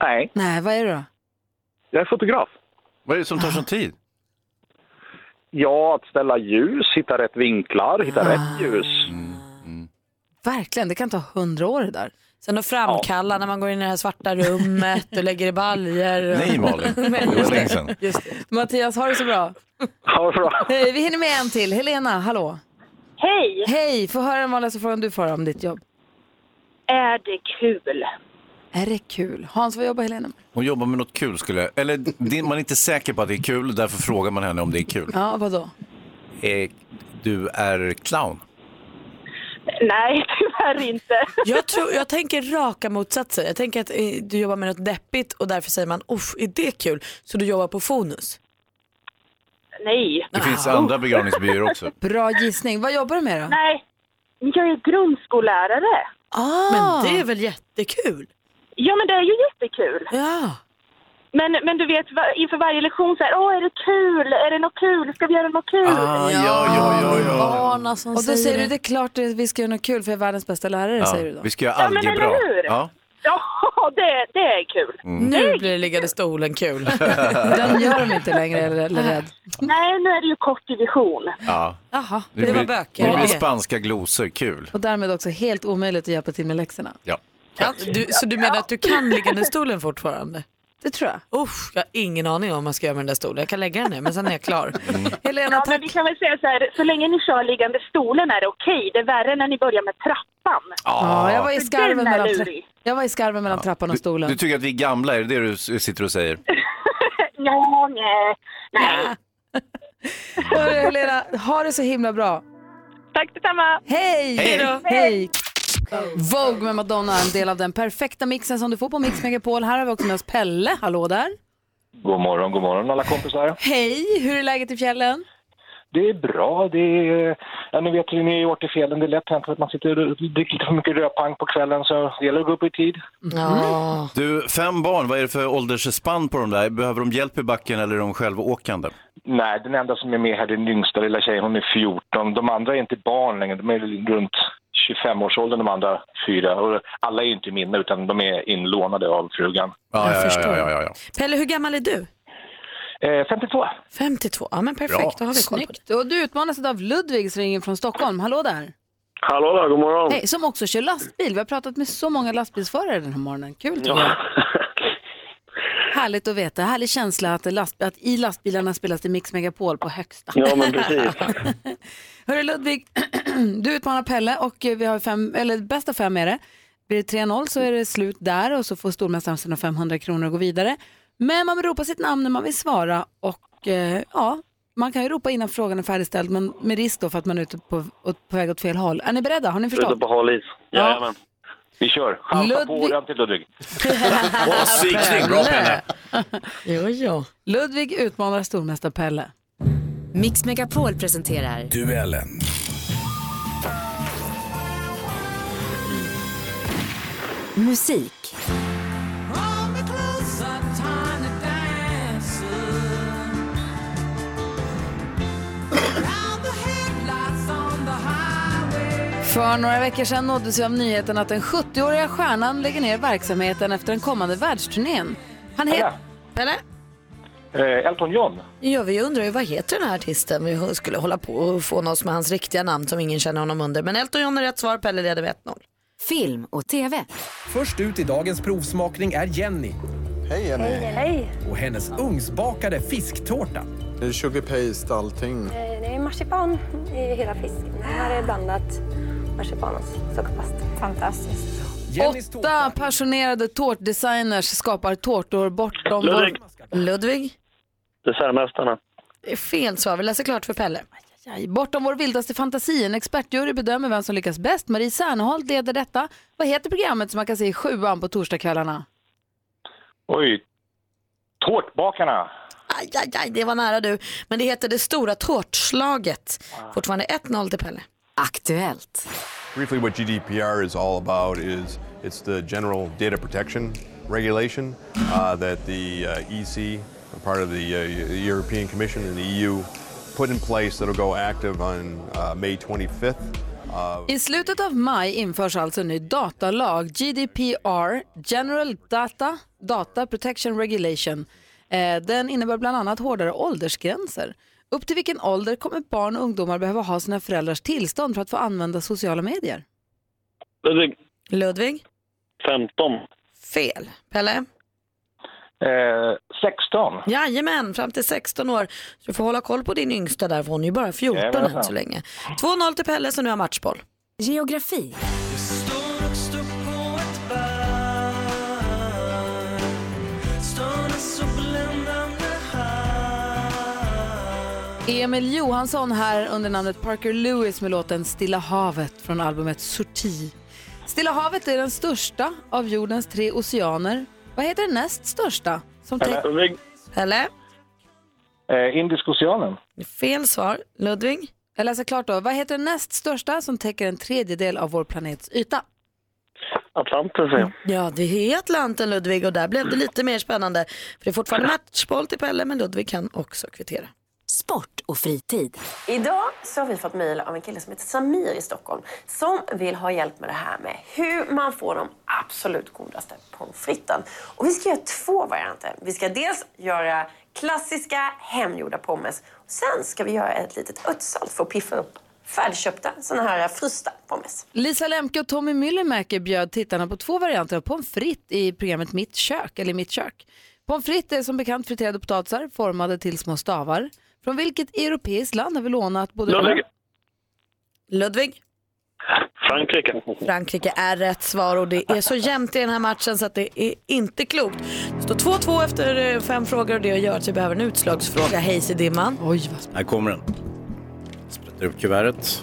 Nej.
Nej, vad är du då?
Jag är fotograf.
Vad är det som tar sån tid?
Ja, att ställa ljus, hitta rätt vinklar, hitta
Ah.
rätt ljus.
Verkligen, det kan ta hundra år det där.
Sen att framkalla när man går in i det här svarta rummet och lägger i baljor. och-
Nej Malin, det var länge sedan.
Just det.
Mattias, har det så bra.
Ha det bra.
Hej, vi hinner med en till. Helena, hallå.
Hej!
Hej, få höra den vanligaste frågan du får om ditt jobb.
Är det kul?
Är det kul? Hans, vad jobbar Helena med?
Hon jobbar med något kul skulle jag, eller det, man är inte säker på att det är kul, därför frågar man henne om det är kul.
Ja, vadå?
Eh, du är clown.
Nej, tyvärr inte.
Jag, tror, jag tänker raka motsatser. Jag tänker att eh, du jobbar med något deppigt och därför säger man uff, är det kul? Så du jobbar på Fonus.
Nej.
Det finns andra begravningsbyråer också.
Bra gissning. Vad jobbar du med då?
Nej, jag är grundskollärare.
Ah.
Men det är väl jättekul?
Ja, men det är ju jättekul.
Ja.
Men, men du vet, va- inför varje lektion så här, åh, är det kul? Är det något kul? Ska vi göra något kul?
Ah, ja, ja, ja, ja.
Barna som
Och då säger,
alltså, säger
du, det är klart att vi ska göra något kul för jag är världens bästa lärare,
ja.
säger du då.
Vi ska göra
Ja, men eller
algebra.
hur?
Ja.
Ja, det, det är kul.
Mm.
Nu blir det liggande stolen kul.
Den gör de inte längre, eller, eller rädd.
Nej, nu är det ju kort division.
Ja.
Jaha,
Nu
det var
blir- Nu
böcker.
blir spanska glosor kul.
Och därmed också helt omöjligt att hjälpa till med läxorna.
Ja.
Kan, du, så du menar att du kan liggande stolen fortfarande?
Det tror jag.
Uff, jag har ingen aning om vad man ska göra med den där stolen. Jag kan lägga den ner, men sen är jag klar.
Mm.
Helena,
Ja, men
tack.
vi kan väl säga så här, så länge ni kör liggande stolen är det okej. Det är värre när ni börjar med trappan.
Ja, jag var i
Den
skarven
är
mellan, tra-
lurig.
jag var i skarven mellan trappan och
Ah. Du,
stolen.
du tycker att vi är gamla, är det det du s- sitter och säger?
Ja, nej, nej.
Hörru, Helena, ha det så himla bra.
Tack detsamma.
Hej!
Hej då.
Hej! Vogue med Madonna, en del av den perfekta mixen som du får på Mix Megapol. Här har vi också med oss Pelle. Hallå där.
God morgon, god morgon alla kompisar.
Hej, hur är läget i fjällen?
Det är bra. Det är, ja, ni vet ju, ni har gjort i fjällen. Det är lätt hänt att man sitter och dricker lite för mycket rödpang på kvällen så det gäller att gå upp i tid.
Ja.
Du, fem barn, vad är det för åldersspann på de där? Behöver de hjälp i backen eller är de självåkande?
Nej, den enda som är med här, den yngsta lilla tjejen, hon är 14. De andra är inte barn längre. De är runt 25-årsåldern de andra fyra. Och alla är ju inte mina utan de är inlånade av frugan.
Ja,
Jag
ja, ja,
förstår.
ja, ja, ja.
Pelle, hur gammal är du?
Eh, 52.
52. Ja, men
Bra.
perfekt. Då har vi koll på det.
Snyggt. Och du utmanas idag av Ludvig som ringer från Stockholm. Hallå där.
Hallå där, god
Oh.
morgon.
Hej, som också kör lastbil. Vi har pratat med så många lastbilsförare den här morgonen. Kul tycker jag. Härligt att veta. Härlig känsla att, last, att i lastbilarna spelas det Mix Megapol på högsta.
Ja, men precis.
Hörru Ludvig, du utmanar Pelle och vi har fem, eller bäst av fem är det. Blir det 3-0 så är det slut där och så får stormästaren sina 500 kronor och gå vidare. Men man ropar sitt namn när man vill svara och eh, ja, man kan ju ropa innan frågan är färdigställd men med risk då för att man är ute på, åt- på väg åt fel håll. Är ni beredda? Har ni
Ute
förstått?
på hal is. Jajamän.
Vi kör. Chansa på
Ludvig-
den till Ludvig.
Åh, psykning, bra Pelle!
Jo, jo.
Ludvig utmanar stormästare Pelle.
Mix Megapol presenterar
Duellen.
musik.
För några veckor sedan nåddes vi av nyheten att den 70-åriga stjärnan lägger ner verksamheten efter den kommande världsturnén. Han heter... Pelle?
Eh, Elton John.
Ja, vi undrar ju vad heter den här artisten? Vi skulle hålla på och få oss med hans riktiga namn som ingen känner honom under. Men Elton John är rätt svar, Pelle leder med 1-0.
Film och TV.
Först ut i dagens provsmakning är Jenny
Hej Jenny.
Hej.
och hennes ugnsbakade fisktårta.
Det är
Eh,
sugar paste allting.
Det är marsipan i hela fisken. Det här är blandat.
marsipanos. Sockerpasta. Fantastiskt.
Åtta passionerade tårtdesigners skapar tårtor bortom
Ludvig.
vår... Ludvig?
Dessertmästarna.
Det är fel svar. Vi läser klart för Pelle.
Aj, Bortom vår vildaste fantasi. En expertjury bedömer vem som lyckas bäst. Marie Serneholt leder detta. Vad heter programmet som man kan se i sjuan på torsdagskvällarna?
Oj, tårtbakarna.
Aj, aj, aj, det var nära du. Men det heter Det stora tårtslaget. Fortfarande 1-0 till Pelle.
Aktuellt.
Briefly, what GDPR is all about is it's the General Data Protection Regulation uh, that the uh, EC, a part of the uh, European Commission and the EU, put in place that'll go active on uh, May 25th. Uh,
I slutet av maj införs alltså en ny datalag, GDPR, General Data, Data Protection Regulation. Eh, Den innebär bland annat hårdare åldersgränser. Upp till vilken ålder kommer barn och ungdomar behöva ha sina föräldrars tillstånd för att få använda sociala medier?
Ludvig,
Ludvig?
15.
Fel. Pelle?
Eh, 16.
Jajamän, fram till 16 år. Så du får hålla koll på din yngsta där, för hon är ju bara 14
Jajamensan.
än så länge. 2-0 till Pelle som nu har matchboll.
Geografi.
Emil Johansson här under namnet Parker Lewis med låten Stilla havet från albumet Sorti. Stilla havet är den största av jordens tre oceaner. Vad heter den näst största? Som täck-
Ludvig.
Pelle?
Eh, Indiska oceanen.
Fel svar. Ludvig?
Jag läser klart då. Vad heter den näst största som täcker en tredjedel av vår planets yta?
Atlanten säger jag.
Ja, det är Atlanten Ludvig och där blev det lite mer spännande. För det är fortfarande matchboll till Pelle, men Ludvig kan också kvittera.
Sport och fritid.
Idag så har vi fått mejl av en kille som heter Samir i Stockholm som vill ha hjälp med det här med hur man får de absolut godaste pommes fritesen. Och vi ska göra två varianter. Vi ska dels göra klassiska hemgjorda pommes. Och sen ska vi göra ett litet ötsalt för att piffa upp färdigköpta såna här frysta pommes.
Lisa Lemke och Tommy Myllymäki bjöd tittarna på två varianter av pommes frites i programmet Mitt kök, eller Mitt kök. Pommes frites är som bekant friterade potatisar formade till små stavar. Från vilket europeiskt land har vi lånat både...
Ludvig.
Ludvig?
Frankrike.
Frankrike är rätt svar och det är så jämnt i den här matchen så att det är inte klokt. Det står 2-2 efter eh, fem frågor och det gör att vi behöver en utslagsfråga. Hejs i dimman.
Oj, vad
Här kommer den. Sprättar upp kuvertet.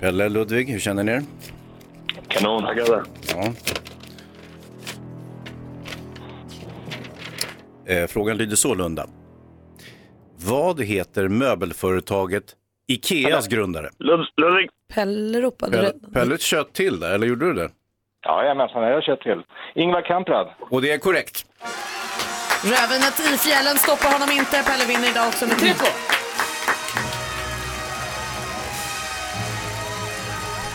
Pelle, Ludvig, hur känner ni er?
Kanon.
Ja. Eh, frågan lyder sålunda. Vad heter möbelföretaget Ikeas grundare?
Ludvig.
Pelle ropade
Pelle,
rätt.
Pelle kött till där, eller gjorde du det?
Jajamensan, jag har kört till. Ingvar Kamprad.
Och det är korrekt.
Rövenet i fjällen stoppar honom inte. Pelle vinner idag också med 3-2.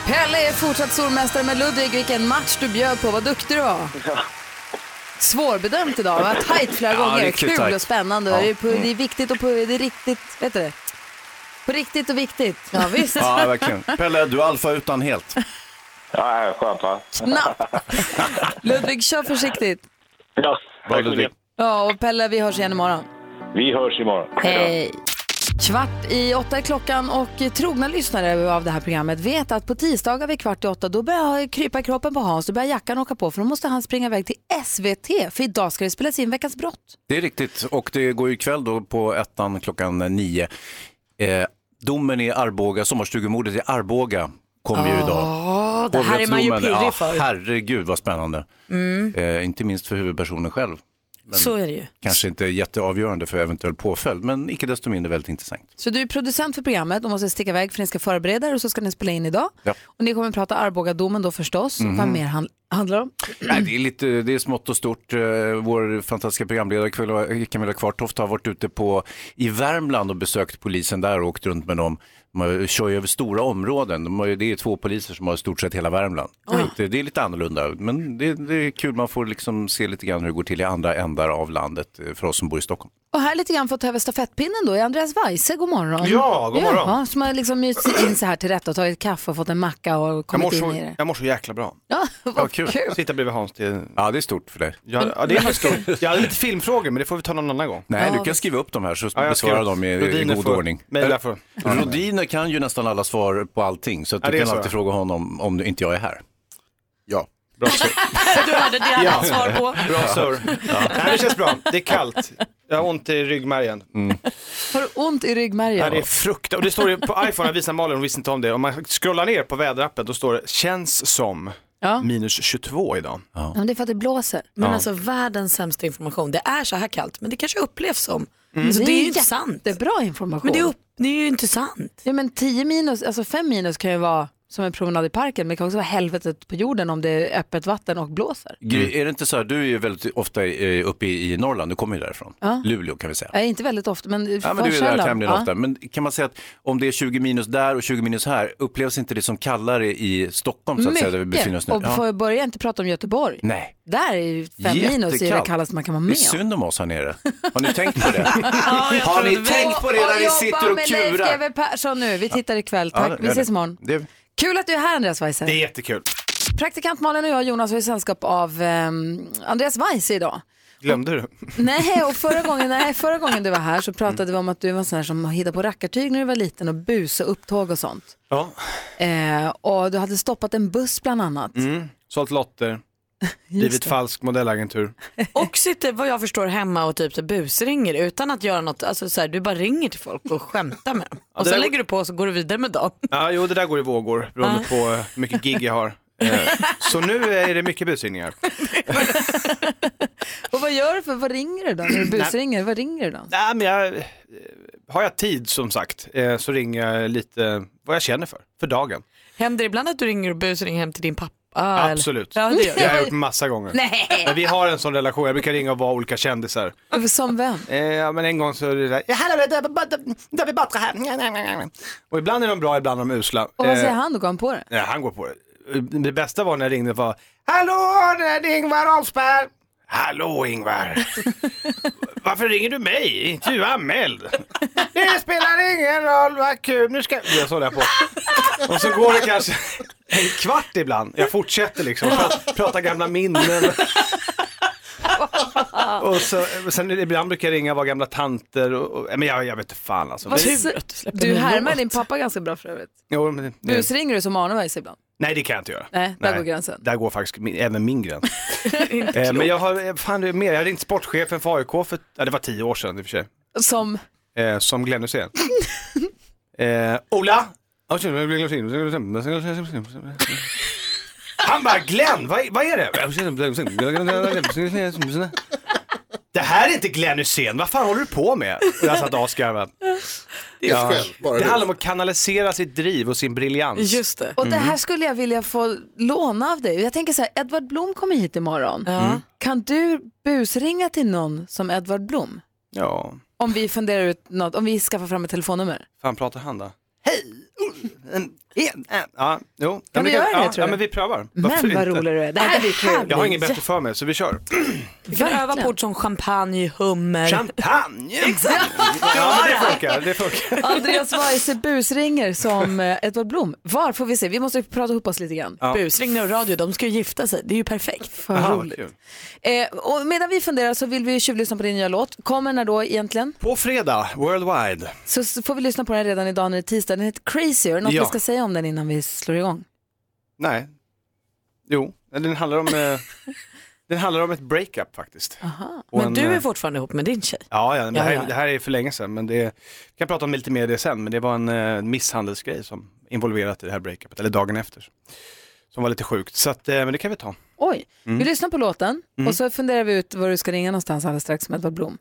Pelle är fortsatt stormästare med Ludvig. Vilken match du bjöd på. Vad duktig du var. Svårbedömt idag, va? Tajt flera
Ja,
gånger.
riktigt
Kul
tajt.
och spännande.
Ja.
Det, är på, det är
Mm.
viktigt och på, det är riktigt, vet du det? På riktigt och viktigt. Ja, visst.
Ja, verkligen. Pelle, du är alfa utan helt.
Ja, skönt va?
Snabbt. Ludvig, kör försiktigt.
Ja,
Bra, Ludvig.
Ja, och Pelle, vi hörs igen imorgon.
Vi hörs imorgon.
Hej. Eh, Kvart i åtta är klockan och trogna lyssnare av det här programmet vet att på tisdagar vid kvart i åtta då börjar krypa kroppen på Hans, då börjar jackan åka på för då måste han springa iväg till SVT för idag ska det spelas in Veckans brott.
Det är riktigt och det går ju kväll då på ettan klockan nio. Eh, domen i Arboga, sommarstugemordet i Arboga kom ju idag.
Åh, Ah, det här är man ju
Hovrättsdomen,
pirrig
ja,
för.
Herregud vad spännande.
Mm.
Eh, inte minst för huvudpersonen själv. Men
Så är det ju.
Kanske inte jätteavgörande för eventuell påföljd, men icke desto mindre väldigt intressant.
Så du är producent för programmet och måste sticka iväg för ni ska förbereda er och så ska ni spela in idag.
Ja.
Och ni kommer prata Arbogadomen då förstås,
Mhm.
vad mer han, handlar om.
Nej, det, är lite, det är smått och stort. Eh, Vår fantastiska programledare Camilla- Camilla Kvartoft har varit ute på, i Värmland och besökt polisen där och åkt runt med dem. De har- eh, kör ju över stora områden. De har, ju- det är två poliser som har i stort sett hela Värmland. Så Det, det är lite annorlunda, men det, det är kul. Man får liksom se lite grann hur det går till i andra ändar av landet eh, för oss som bor i Stockholm.
Och här lite grann fått ta över stafettpinnen då är Andreas Weise, god morgon.
Ja, god morgon.
Ja, som har liksom myst sig in så här till rätta och tagit kaffe och fått en macka och
Jag mår,
kommit in i
så,
det.
jag mår så jäkla bra.
Ja, vad kul.
Sitta bredvid Hans, det...
Ja, det är stort för dig.
Ja, ja det är faktiskt stort. Jag hade lite filmfrågor, men det får vi ta någon annan gång.
Nej, du kan skriva upp dem här så
Ja, jag
besvarar
skriver-
dem i, i
Rodiner
god
får
ordning.
mejla för-
Rodiner Peter kan ju nästan alla svar på allting så att du
Ja, det är
kan
så,
alltid
ja.
fråga honom om inte jag är här. Ja.
Du hade det hade jag svar på.
Bra sir. Nej, det känns bra. Det är kallt. Jag har ont i ryggmärgen.
Mm.
Har du ont i ryggmärgen?
Ja, det är fruktansvärt. Och det står ju på iPhone, jag visar Malin, hon visste inte om det. Om man scrollar ner på väderappen, då står det känns som
Ja.
minus 22 idag.
Ja, men det är för att det blåser.
Men
Ja.
alltså världens sämsta information. Det är så här kallt, men det kanske upplevs som.
Mm.
Så det är ju inte sant.
sant. Det är bra information.
Men det är, upp, det är ju inte sant.
Ja, men 10 minus, alltså 5 minus kan ju vara som en promenad i parken, men det kan också vara helvetet på jorden om det är öppet vatten och blåser.
Gry, är det inte så här, du är ju väldigt ofta eh, uppe i i Norrland, du kommer ju därifrån.
Ja.
Luleå kan vi säga.
Ja, inte väldigt ofta, men
Ja, men
för
du är där
sällan.
tämligen
Ja.
ofta. Men kan man säga att om det är 20 minus där och 20 minus här, upplevs inte det som kallare i Stockholm så att säga, där vi befinner oss nu?
Och
Ja.
får jag börja inte prata om Göteborg.
Nej.
Där är ju fem minus i det
Jättekallt.
kallaste man kan vara
Det är
med om.
synd om oss här nere. Har ni tänkt på det?
jag
Har ni
trodde-
tänkt på det när ni
jobba
sitter och
med Leif
kurar?
GW Persson nu. Vi tittar ikväll. Tack.
Ja,
Vi
gör
ses
det.
imorgon.
Det,
Kul att du är här Andreas Weise.
det är jättekul.
Praktikant Malin och jag Jonas har ju sällskap av ehm, Andreas Weise idag.
Glömde du?
Nej, och förra gången, nej, förra gången du var här så pratade vi om att du var en sån här som hittade på rackartyg när du var liten och bus och upptåg och sånt.
Ja.
Eh, och du hade stoppat en buss bland annat.
Mm. Sålt lotter, blivit falsk modellagentur.
Och sitter vad jag förstår hemma och typ så busringer utan att göra något. Alltså så här, du bara ringer till folk och skämtar med dem.
det
Och sen
där-
lägger du på och så går du vidare med dagen.
Ja, jo, det där går i vågor beroende på eh, hur mycket gig jag har. Eh, Så nu är det mycket busringningar.
Och vad gör du för, vad ringer du då? När du busringer, vad ringer du då?
Nej, men jag, eh, har jag tid som sagt eh, så ringer jag lite vad jag känner för, för dagen.
Händer det ibland att du ringer och busringer hem till din pappa? eller?
Absolut.
Ja, det gör
jag har
jag.
gjort massa gånger.
Nej.
Men vi har en sån relation, jag brukar ringa och vara olika kändisar.
Som vem?
Eh, ja, men en gång så är det där, "Ja, hallå, det är David Batra här. Och ibland är de bra, ibland är de usla.
Och vad säger
Eh,
han då? Går han på det?
Ja, han går på det. Eh, Det bästa var när jag ringde var, hallå, det är Ingvar Oldsberg. Hallå Ingvar! Varför ringer du mig? Inte du anmäld? Det spelar ingen roll, vad kul, nu ska... Jag såg det på. Och så går det kanske en kvart ibland. Jag fortsätter liksom, pra- prata gamla minnen. Och så, sen ibland brukar jag ringa och vara gamla tanter. Och, och, men jag, jag vet inte fan alltså.
Vad
Det-
sä- du härmar din pappa ganska bra för övrigt.
Jo, men, det-
Busringer du som Arne Weise ibland?
Nej, det kan jag inte göra.
Nej, där går gränsen.
Där går faktiskt min, även min gräns. eh, men jag har, eh, fan det är mer, jag har ringt sportchefen för AIK för, ja, det var tio år sedan i och för sig,
Som,
eh, som Glenn Hysén. eh, Ola! Ja, tjena, jag blir Glenn Hysén. Han bara, Glenn, vad, vad är det? Det här är inte Glenn Hysén, vad fan håller du på med? Och jag satt och asgarvade.
Det är själv, bara
det
du.
handlar om att kanalisera sitt driv och sin briljans.
Just det. Mm.
och det här skulle jag vilja få låna av dig. Jag tänker så här, Edvard Blom kommer hit imorgon.
Mm.
Kan du busringa till någon som Edvard Blom?
Ja,
Om vi funderar ut något, om vi skaffar fram ett telefonnummer.
fan pratar han då? En, en, ja, jo. Kan ja,
vi
men
göra
ja,
det, tror
ja,
du?
men vi prövar.
Men
Varför
vad
inte?
rolig du är. Det här kan bli kul.
Jag har inget bättre för mig, så vi kör.
Vi kan öva på ord som champagne, hummer.
Champagne!
Exakt.
Ja, men det funkar. Det funkar.
Andreas Weise busringer som eh, Edvard Blom. Var får vi se? Vi måste prata ihop oss lite grann.
Ja. Busringning och radio, de ska ju gifta sig. Det är ju perfekt.
Vad roligt. Eh, och medan vi funderar så vill vi ju tjuvlyssna på din nya låt. Kommer när då egentligen?
På fredag, worldwide.
Så s- får vi lyssna på den redan idag när det är tisdag. Den heter Crazy. Är det något
Ja.
vi ska säga om den innan vi slår igång?
Nej. Jo, den handlar om, eh, den handlar om ett breakup faktiskt. Och
Men
en,
du
eh,
är fortfarande ihop med din tjej.
Ja, ja, men det, här,
Ja, ja.
det här är för länge sedan, men det är, vi kan prata om lite mer det sen, men det var en eh, misshandelsgrej som involverat i det här breakupet, eller dagen efter, som var lite sjukt. Så att, eh, men det kan vi ta.
Oj,
Mm.
vi lyssnar på låten
Mm.
och så funderar vi ut var du ska ringa någonstans alldeles strax med Edvard Blom.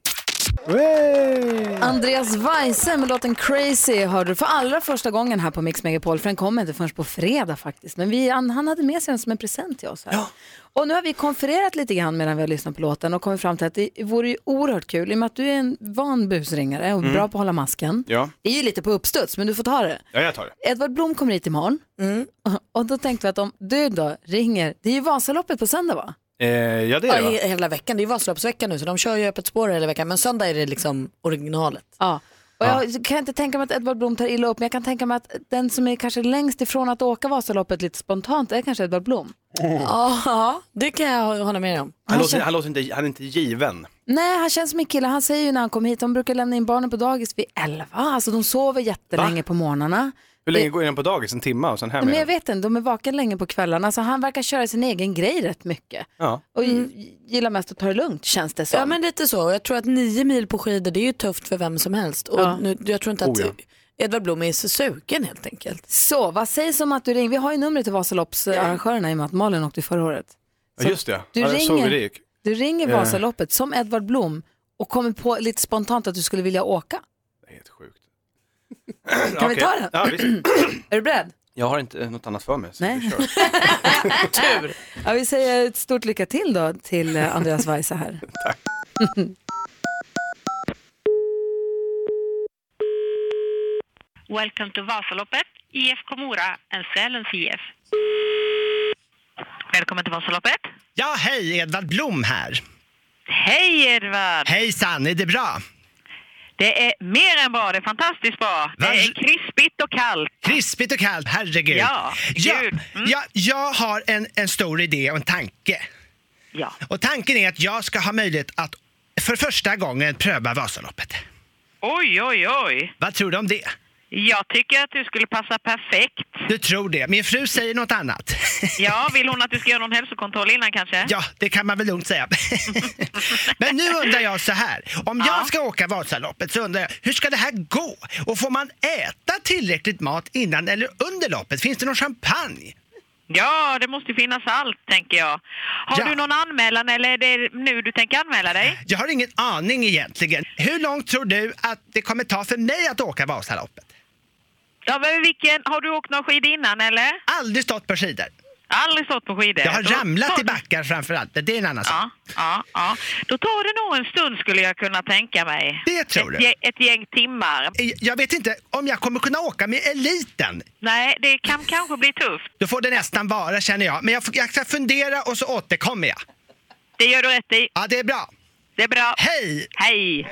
Andreas Weise med låten Crazy hörde du för allra första gången här på Mix Megapol, för den kom inte förrän på fredag faktiskt. Men vi, han, han hade med sig den som en present till oss här. Och nu har vi konfererat lite grann medan vi har lyssnat på låten och kommit fram till att det vore ju oerhört kul, i och med att du är en van busringare och
Mm.
bra på att hålla masken.
Ja.
Det är ju lite på uppstuds, men du får ta det.
ja, jag tar det.
Edvard Blom kommer hit imorgon
Mm.
och då tänkte vi att om du då ringer, det är ju Vasaloppet på söndag va?
Eh, ja, det
Ja,
är det va?
he- hela veckan, det är ju Vasaloppsveckan nu så de kör ju öppet spår hela veckan men söndag är det liksom originalet.
Ja. Och jag kan inte tänka mig att Edvard Blom tar illa upp, men jag kan tänka mig att den som är kanske längst ifrån att åka Vasaloppet lite spontant är kanske Edvard Blom.
Ja, det kan jag hålla med om.
Han, låter, han, låter inte, han är inte given.
Nej, han känns som en kille. Han säger ju när han kom hit, de brukar lämna in barnen på dagis vid elva. Alltså de sover jättelänge på morgnarna. Eh,
Hur länge går den på dagis? En timme och sen hem
Men
igen?
jag vet inte, de är vaken länge på kvällarna. Alltså han verkar köra sin egen grej rätt mycket.
Ja.
Och g- gillar mest att ta det lugnt känns det som.
Mm. Ja men lite så. Jag tror att nio mil på skidor det är ju tufft för vem som helst. Och
Ja.
nu, jag tror inte att
Oh, ja.
Edvard Blom är så sugen helt enkelt.
Så, vad sägs om att du ringer? Vi har ju numret till Vasaloppsarrangörerna i och med att Malin åkte förra året.
Ja, just det.
Du
ja, jag såg hur det
ringer,
gick.
du ringer
Eh.
Vasaloppet som Edvard Blom och kommer på lite spontant att du skulle vilja åka.
Kan
vi ta den?
Ja, visst.
Är du beredd?
Jag har inte eh, något annat för mig. Så
Nej.
vi kör.
Tur! Ja, vi säger ett stort lycka till då till eh, Andreas Weise här. Tack.
Welcome to Vasaloppet, IFK Mora and Sälens IF. Välkommen till Vasaloppet.
Ja, hej! Edvard Blom här.
Hej Edvard!
Hejsan, är det bra?
Det är mer än bra, det är fantastiskt bra. Det är krispigt och kallt.
Krispigt och kallt, herregud.
Ja, Mm.
ja, ja, jag har en, en stor idé och en tanke.
Ja.
Och tanken är att jag ska ha möjlighet att för första gången pröva Vasaloppet.
Oj, oj, oj.
Vad tror du om det?
Jag tycker att du skulle passa perfekt.
Du tror det. Min fru säger något annat.
Ja, vill hon att du ska göra någon hälsokontroll innan kanske?
Ja, det kan man väl lugnt säga. Men nu undrar jag så här. Om jag ska åka Vasaloppet så undrar jag, hur ska det här gå? Och får man äta tillräckligt mat innan eller under loppet? Finns det någon champagne?
Ja, det måste ju finnas allt, tänker jag. Har du någon anmälan eller är det nu du tänker anmäla dig?
Jag har ingen aning egentligen. Hur långt tror du att det kommer ta för mig att åka Vasaloppet?
Ja, men vilken, har du åkt någon skid innan eller?
Aldrig stått på skidor.
Aldrig stått på skidor.
Jag har
Då-
ramlat
då-
i alltså. backar framför allt, men det är en annan sak.
Ja, ja. Då tar det nog en stund skulle jag kunna tänka mig.
Det tror
ett,
du. Eh,
gäng- ett gäng timmar.
Jag vet inte om jag kommer kunna åka med eliten.
Nej, det kan kanske bli tufft.
Då får det nästan vara känner jag. Men jag, får- jag ska fundera och så återkommer jag.
Det gör du rätt i.
Ja, det är bra.
Det är bra.
Hej!
Hej!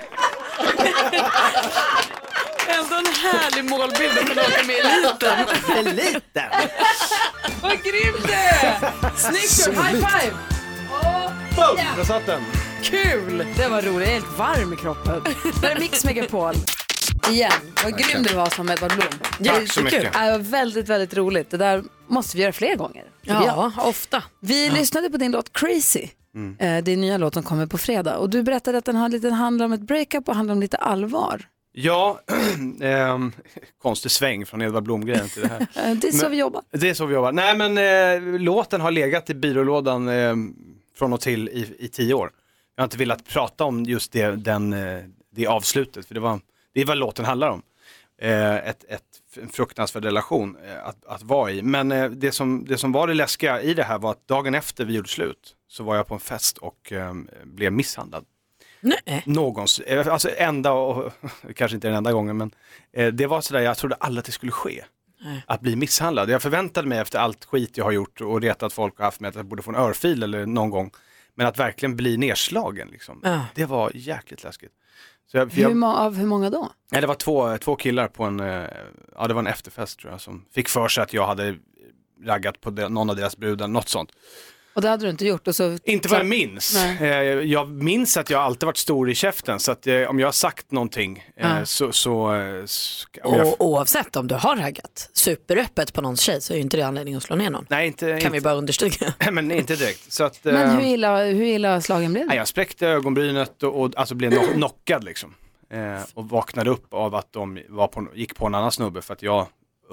Ändå en härlig målbild att kunna åka med eliten.
eliten?
Vad grymt det är! Snyggt gjort. High five!
Boom! Där satt den.
Kul! Det var roligt. Jag är helt varm i kroppen. Det är Mix Megapol. Igen. Vad grym
Verkligen.
du var som Edvard Blom.
Tack så mycket.
Jättekul. Ja, Äh, väldigt, väldigt roligt. Det där måste vi göra fler gånger. tycker
Ja,
jag.
ofta.
Vi lyssnade på din låt Crazy. Mm. Eh, Det är en nya låt som kommer på fredag. Och du berättade att den har lite, handlar om ett breakup och handlar om lite allvar.
Ja, ehm, konstig sväng från Edvard Blom-grejen till det här.
Eh, Det är så
Men-
vi jobbar.
Det är så vi jobbar. Nej men eh, låten har legat i byrålådan eh, från och till i, i tio år. Jag har inte velat prata om just det, den, eh, det avslutet, för det, var, det är vad låten handlar om. Eh, ett, ett, en fruktansvärd relation eh, att, att vara i. Men eh, det, som, det som var det läskiga i det här var att dagen efter vi gjorde slut så var jag på en fest och eh, blev misshandlad.
Nej.
Någons, eh, alltså enda och kanske inte den enda gången men eh, det var sådär jag trodde aldrig att det skulle ske att bli misshandlad. Jag förväntade mig efter allt skit jag har gjort och retat folk och haft med att jag borde få en örfil eller någon gång. Men att verkligen bli nedslagen, liksom.
Ja.
det var jäkligt läskigt. Så jag, för
Hur
jag,
må- av hur många då?
nej, det var två, två killar på en, eh, ja det var en efterfest tror jag, som fick för sig att jag hade raggat på de, någon av deras brudar, något sånt.
Och det hade du inte gjort. Och så...
Inte vad jag minns.
Nej.
Eh, Jag minns att jag alltid varit stor i käften, så att eh, om jag har sagt någonting eh,
Ja.
så... så, eh, ska- om jag-
Och oavsett om du har raggat superöppet på någons tjej så är ju inte det anledning att slå ner någon.
Nej, inte, kan
vi bara understryka.
men inte direkt. Så att,
Men
eh,
hur illa, hur illa slagen blev du?
Nej, jag spräckte ögonbrynet och, och alltså blev knock- knockad liksom. Eh, och vaknade upp av att de var på, gick på en annan snubbe för att jag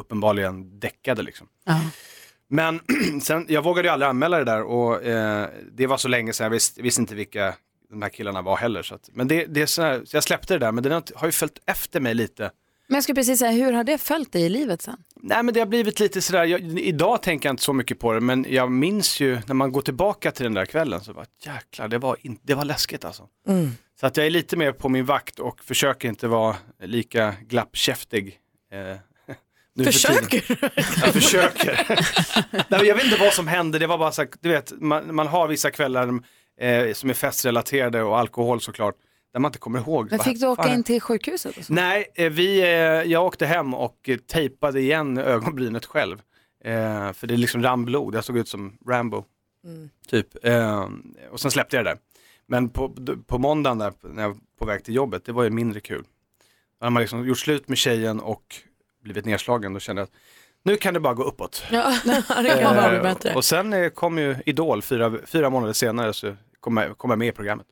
uppenbarligen däckade liksom. Men sen, jag vågade ju aldrig anmäla det där och eh, det var så länge sedan jag visste, visste inte vilka de här killarna var heller. Så att, men det, det är så, här, så jag släppte det där men den har, har ju följt efter mig lite.
Men jag skulle precis säga, hur har det följt dig i livet sen?
Nej men det har blivit lite sådär, jag, idag tänker jag inte så mycket på det men jag minns ju när man går tillbaka till den där kvällen så bara jäklar det var, in, det var läskigt alltså.
Mm.
Så att jag är lite mer på min vakt och försöker inte vara lika glappkäftig. Eh, nu för
Försöker
tiden. Jag försöker. Nej, men jag vet inte vad som hände, det var bara så här, du vet, man, man har vissa kvällar eh, som är festrelaterade och alkohol såklart, där man inte kommer ihåg.
Men
vad
fick du åka
fan-
in till sjukhuset? och så?
Nej, eh, vi, eh, jag åkte hem och eh, tejpade igen ögonbrynet själv. Eh, för det liksom rann blod, jag såg ut som Rambo.
Mm.
Typ. Eh, och sen släppte jag det där. Men på, på måndagen där, när jag var på väg till jobbet, det var ju mindre kul. Då hade man liksom gjort slut med tjejen och blivit nedslagen, då kände jag att nu kan det bara gå uppåt.
Ja, det kan bara bli
Eh,
bättre.
och sen eh, kom ju Idol fyra, fyra månader senare så kom jag, kom jag med i programmet.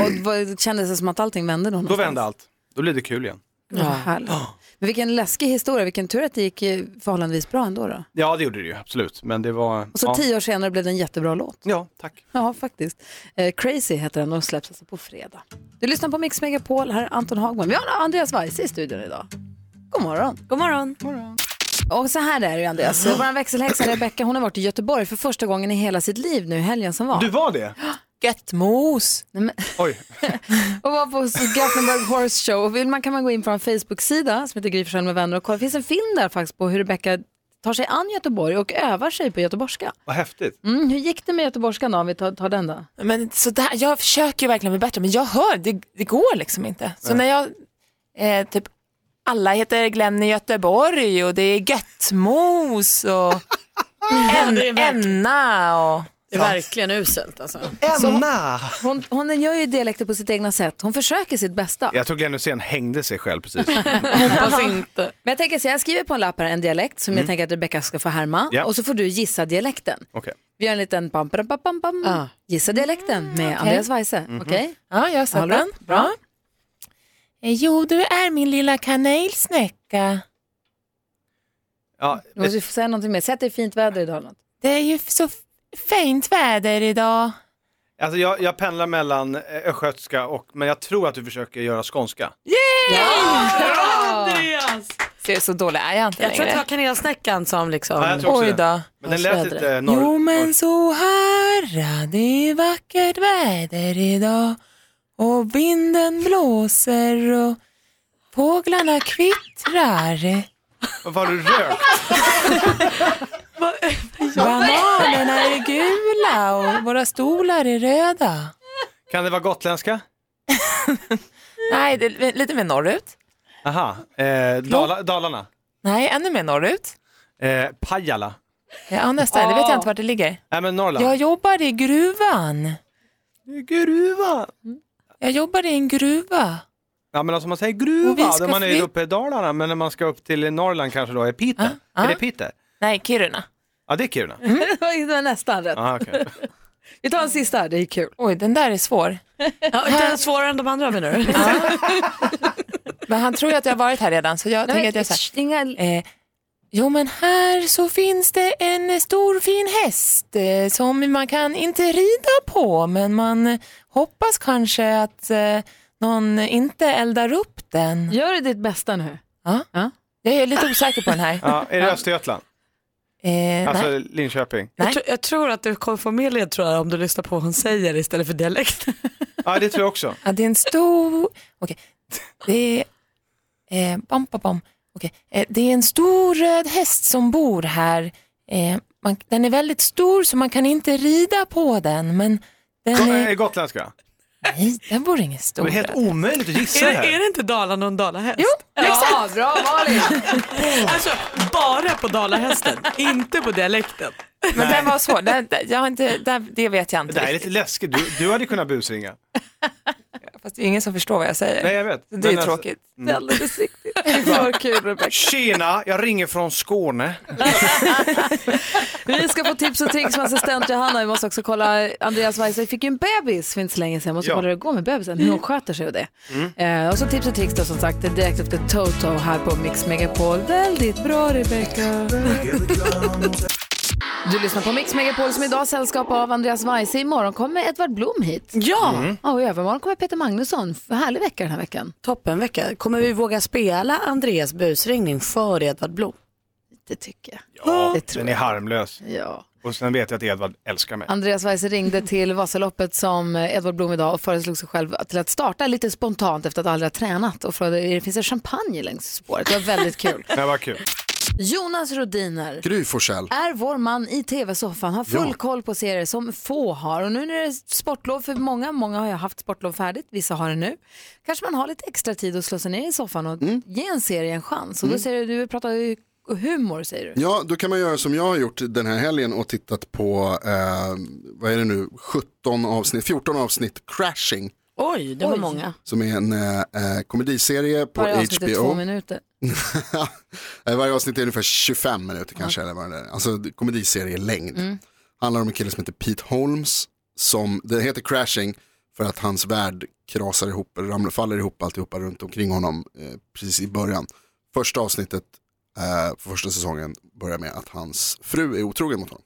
Och vad, kändes det som att allting vände då?
Då
någonstans?
vände allt, då blev det kul igen.
Ja, härligt. Men vilken läskig historia, vilken tur att det gick eh, förhållandevis bra ändå. Då.
Ja det gjorde det ju, absolut. Men det var...
Och så
ja.
tio år senare blev det en jättebra låt.
Ja, tack.
Ja, faktiskt. Eh, Crazy heter den och släpps alltså på fredag. Du lyssnar på Mix Megapol, här är Anton Hagman. Vi har Andreas Weise i studion idag. God morgon.
God morgon.
Och så här är det ju Andreas, vår växelhäxa Rebecka hon har varit i Göteborg för första gången i hela sitt liv nu i helgen som var.
Du var det?
Göttmos!
Oj.
och var på Gothenburg Horse Show. Och vill man kan man gå in på en Facebook-sida som heter Gry Forssell med vänner och kolla. Det finns en film där faktiskt på hur Rebecka tar sig an Göteborg och övar sig på göteborgska.
Vad häftigt.
Mm, hur gick det med göteborgskan då om vi tar, tar den då?
Men så där, jag försöker ju verkligen bli bättre men jag hör, det, det går liksom inte. Så
Nej.
när jag, eh, typ alla heter Glenn i Göteborg och det är göttmos och en, enna och...
Det är verkligen uselt alltså.
Så hon, hon, hon gör ju dialekter på sitt egna sätt. Hon försöker sitt bästa.
Jag tror Glenn Hysén hängde sig själv precis.
Hoppas inte. Men jag tänker så här, jag skriver på en lapp här en dialekt som jag
Mm.
tänker att Rebecka ska få härma
Ja.
och så får du gissa dialekten.
Okej.
Vi gör en liten pam, pam, pam, pam, pam. Gissa dialekten med Andreas Weise.
Mhm.
Mm, Okej? Mm-hmm.
Ja, jag har sett
Håller
den.
upp.
Bra. Eh, Jo, du är min lilla kanelsnäcka.
Ja,
Du måste ju få säga någonting mer. Säg att det är fint väder idag. eller något.
Det är ju så f- fint väder idag.
Alltså jag, jag pendlar mellan eh, östgötska och, men jag tror att du försöker göra skånska.
Yay!
Andreas!
Så, så dålig är jag inte
Jag tror att
längre.
det var kanelsnäckan som liksom...
Ja, jag tror också
Oj
det.
då.
Men den lät lite norr...
Jo men så här det är vackert väder idag och vinden blåser och fåglarna kvittrar.
Vad har du rökt?
Bananerna är gula och våra stolar är röda.
Kan det vara gotländska?
Nej, det är lite mer norrut.
Aha, eh, Dala, Dalarna?
Nej, ännu mer norrut.
Eh, Pajala?
Ja, nästan. Det vet jag inte vart det ligger.
Nej men Norrland?
Jag jobbar i gruvan.
Gruva?
Jag jobbar i en gruva.
Ja men alltså man säger
Och vi
gruva
ska
när man är
fly-
uppe i Dalarna, men när man ska upp till Norrland kanske då är Piteå?
ah.
Är det Piteå?
Nej, Kiruna.
Ja det är Kiruna.
Mm. det var nästan rätt.
Ah, okej.
Vi tar en sista, det är kul.
Oj, den där är svår.
Ja, den är svårare än de andra menar du?
Men han tror ju att jag har varit här redan så jag
Nej,
tänker att jag säger eh, Jo men här så finns det en stor fin häst eh, som man kan inte rida på men man eh, hoppas kanske att eh, någon inte eldar upp den.
Gör ditt bästa nu.
Ja. Jag är lite osäker på den här.
Ja, är det Östergötland?
Eh,
Alltså
nej.
Linköping?
Jag, tror- jag tror att du kommer få mer ledtrådar om du lyssnar på vad hon säger istället för dialekt.
Ja det tror jag också.
Ja, det är en stor... Okej. Det är... Eh, bam, bam, bam. Okej. Eh, det är en stor röd häst som bor här. Eh, man, den är väldigt stor så man kan inte rida på den. Men den
Go- eh,
är...
gotländska?
Nej, den bor ingen stor
Det är helt
röd.
omöjligt att gissa
är,
det här.
är det inte Dalarna och en dalahäst?
Jo,
Ja, bra Malin!
alltså, bara på dalahästen, inte på dialekten.
Men den var svår. Den, den, jag har inte, den, det vet jag
Det
inte
där är
riktigt.
lite läskigt, du, du hade kunnat busringa.
Fast det är ingen som förstår vad jag säger.
Nej jag vet.
Det är ju
Men alltså-
tråkigt.
Mm.
Så kul Rebecka.
Tjena, jag ringer från Skåne.
Vi ska få tips och tricks med assistent Johanna. Vi måste också kolla, Andreas Weise fick ju en bebis för inte så länge sedan. Måste
Ja.
kolla hur det går med bebisen, hur hon sköter sig och det.
Mm.
Eh, och så tips och tricks då som sagt, direkt efter Toto här på Mix Megapol. Väldigt bra Rebecca. Du lyssnar på Mix Megapol som idag har sällskap av Andreas Weise. Imorgon kommer Edvard Blom hit.
Ja!
Mm. Ja, Och i övermorgon kommer Peter Magnusson. Härlig vecka den här veckan.
Toppen vecka. Kommer vi våga spela Andreas busringning för Edvard Blom?
Det tycker jag.
Ja, den är harmlös.
Ja.
Och sen vet jag att Edvard älskar mig.
Andreas Weise ringde till Vasaloppet som Edvard Blom idag och föreslog sig själv till att starta lite spontant efter att aldrig ha tränat och frågade, "Är det- finns det champagne längs spåret? Det var väldigt kul.
Men vad kul.
Jonas Rodiner.
Gry Forssell.
är vår man i tv-soffan, har full
Ja.
koll på serier som få har. Och nu när det är sportlov för många, många har ju haft sportlov färdigt, vissa har det nu, kanske man har lite extra tid att slå sig ner i soffan och ge en serie en chans. Och då
Mm.
säger du, du pratar ju humor säger du.
Ja, då kan man göra som jag har gjort den här helgen och tittat på, eh, vad är det nu, 17 avsnitt, 14 avsnitt Crashing.
Oj, det var
Oj.
många.
Som är en eh, eh, komediserie på
Varje avsnitt är två
HBO.
minuter.
Eh, Varje avsnitt är ungefär 25 minuter kanske. Eller vad det är. Alltså komediserie längd.
Mm.
Handlar om en kille som heter Pete Holmes. Som, det heter Crashing för att hans värld krasar ihop, eller ramlar, faller ihop alltihopa runt omkring honom eh, precis i början. Första avsnittet eh, för första säsongen börjar med att hans fru är otrogen mot honom.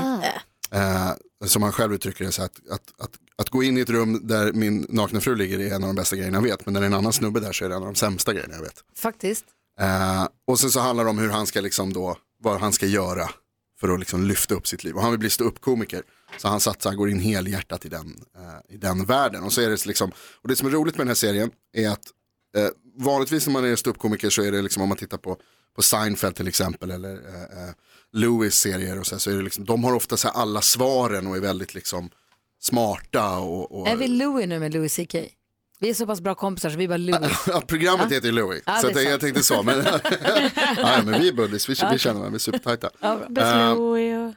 Ah.
Nej.
Eh, som han själv uttrycker det, så att, att, att, att gå in i ett rum där min nakna fru ligger är en av de bästa grejerna jag vet, men när det är en annan snubbe där så är det en av de sämsta grejerna jag vet.
Faktiskt.
Eh, och sen så handlar det om hur han ska liksom då, vad han ska göra för att liksom lyfta upp sitt liv. Och han vill bli ståuppkomiker. Så han satsar, går in helhjärtat i den, eh, i den världen. Och, så är det liksom, och det som är roligt med den här serien är att eh, vanligtvis när man är ståuppkomiker så är det liksom om man tittar på, på Seinfeld till exempel eller eh, eh, Lewis serier och så, här, så är det liksom, de har ofta så här alla svaren och är väldigt liksom smarta och, och
Är vi Louis nu med Louis CK? Vi är så pass bra kompisar så vi är bara Louis.
Ja, programmet heter ju Louis,
Ja,
så
det är
att jag, jag
sant.
tänkte så. Men, ja, ja, men vi är buddies, vi, vi känner varandra, vi är supertajta. Eh,
Louis
nej,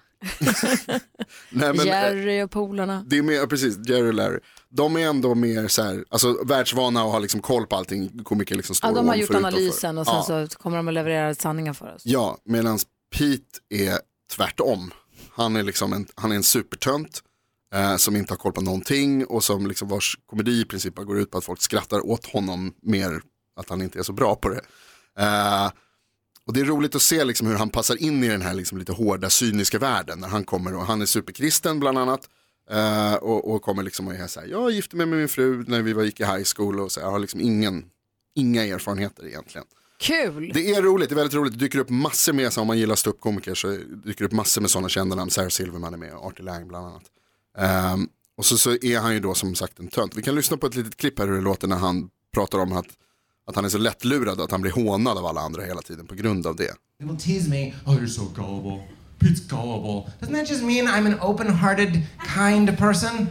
men,
och
eh,
Jerry och polarna.
det är mer, ja, precis, Jerry och Larry. De är ändå mer så här, alltså världsvana och har liksom koll på allting. Komiker liksom står
Ja, de har
ovanför
gjort
utanför.
analysen och sen
ja,
så kommer de att leverera sanningar för oss.
Ja, medan Pete är tvärtom. Han är liksom en, han är en supertönt eh, som inte har koll på någonting och som liksom vars komedi i princip bara går ut på att folk skrattar åt honom mer att han inte är så bra på det. Eh, och det är roligt att se liksom hur han passar in i den här liksom lite hårda cyniska världen när han kommer och han är superkristen bland annat. eh, och, och kommer liksom och är så här, jag gifte mig med min fru när vi var, gick i high school och så här, jag har liksom ingen, inga erfarenheter egentligen.
Kul!
Det är roligt, det är väldigt roligt. Det dyker upp massor med, så om man gillar ståuppkomiker så dyker det upp massor med sådana kända namn. Sarah Silverman är med, Artie Lang bland annat. Ehm, och så, så är han ju då som sagt en tönt. Vi kan lyssna på ett litet klipp här hur det låter när han pratar om att, att han är så lättlurad att han blir hånad av alla andra hela tiden på grund av det.
They will tease me. Oh, you're so gullible. Pete's gullible. Doesn't that just mean I'm an open hearted, kind person?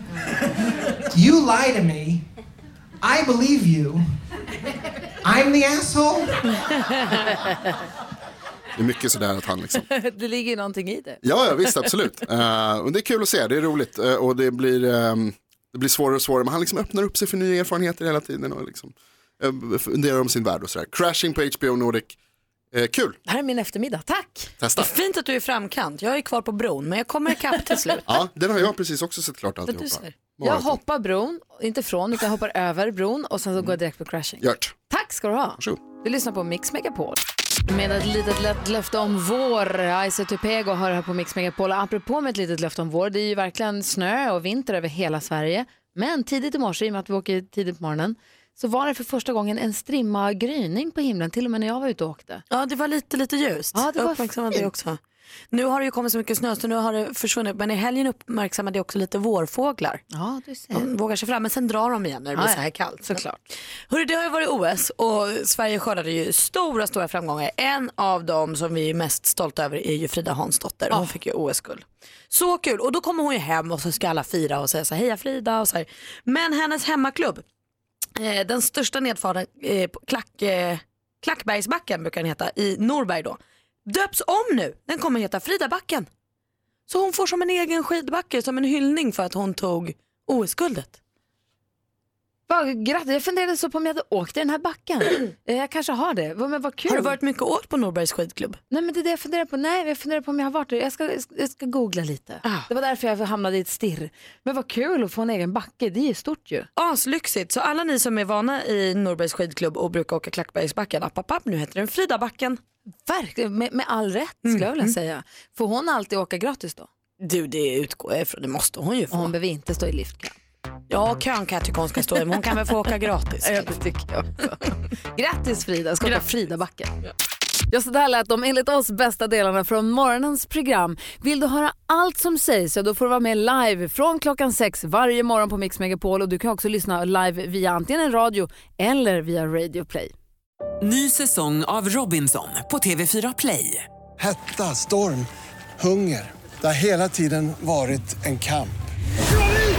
you lie to me. I believe you. I'm the asshole.
Det är mycket sådär att han liksom
det ligger ju någonting i det.
Ja, ja visst, absolut. Eh, och det är kul att se, det är roligt Eh, och det blir, ehm, det blir svårare och svårare. Men han liksom öppnar upp sig för nya erfarenheter hela tiden och liksom, eh, funderar om sin värld och sådär. Crashing på HBO Nordic, Eh, kul,
Det här är min eftermiddag, tack!
testa.
Fint att du är i framkant. Jag är kvar på bron men jag kommer ikapp till slut.
Ja, den har jag precis också sett klart alltihopa.
Jag hoppar bron, inte från utan jag hoppar över bron och sen så går jag direkt på crashing.
Gjort.
Tack ska du ha! Du lyssnar på Mix Megapol. Med ett litet lätt löfte om vår, eh, Isa Tupego har här på Mix Megapol. Och Apropå med ett litet löfte om vår, det är ju verkligen snö och vinter över hela Sverige. Men tidigt i morse, i och med att vi åker tidigt på morgonen, så var det för första gången en strimma av gryning på himlen, till och med när jag var ute och åkte.
Ja, det var lite, lite ljust.
Ja, det
jag
var
uppmärksammade
fint.
det också. Nu har det ju kommit så mycket snö så nu har det försvunnit. Men i helgen uppmärksammade jag också lite vårfåglar.
Ja, du ser.
De vågar sig fram men sen drar de igen när det
Ja,
blir
ja.
så här kallt.
Såklart.
Hörru, det har ju varit OS och Sverige skördade ju stora, stora framgångar. En av dem som vi är mest stolta över är ju Frida Hansdotter. Hon fick ju OS-guld. Så kul. Och då kommer hon ju hem och så ska alla fira och säga så här, heja Frida och så här. Men hennes hemmaklubb, eh, den största nedfarten, eh, på klack, eh, Klackbergsbacken brukar den heta, i Norberg då, döps om nu. Den kommer heta Fridabacken. Så hon får som en egen skidbacke, som en hyllning för att hon tog OS-guldet.
Vad grattis, jag funderade så på om jag hade åkt i den här backen. Eh, jag kanske har det, Vad- men vad kul.
Har du varit mycket åt på Norbergs skidklubb?
Nej men det är det jag funderar på. Nej jag funderar på om jag har varit där. Jag ska, jag ska googla lite. Det var därför jag hamnade i ett stirr. Men vad kul att få en egen backe, det är ju stort ju.
Aslyxigt, så alla ni som är vana i Norbergs skidklubb och brukar åka Klackbergsbacken, app, app, app, nu heter den Fridabacken.
Verkligen, med, med all rätt skulle jag vilja säga. Får hon alltid åka gratis då?
Du, det utgår jag ifrån, det måste hon ju få.
Hon behöver inte stå i liftkö.
Ja, kön kan jag tycka hon ska stå i, men hon kan väl få åka gratis.
Ja, det tycker jag också. Grattis Frida, ska åka Fridabacken.
Ja, så där lät de enligt oss bästa delarna från morgonens program.
Vill du höra allt som sägs så då får du vara med live från klockan sex varje morgon på Mix Megapol och du kan också lyssna live via antingen en radio eller via Radio Play.
Ny säsong av Robinson på TV4 Play.
Hetta, storm, hunger. Det har hela tiden varit en kamp.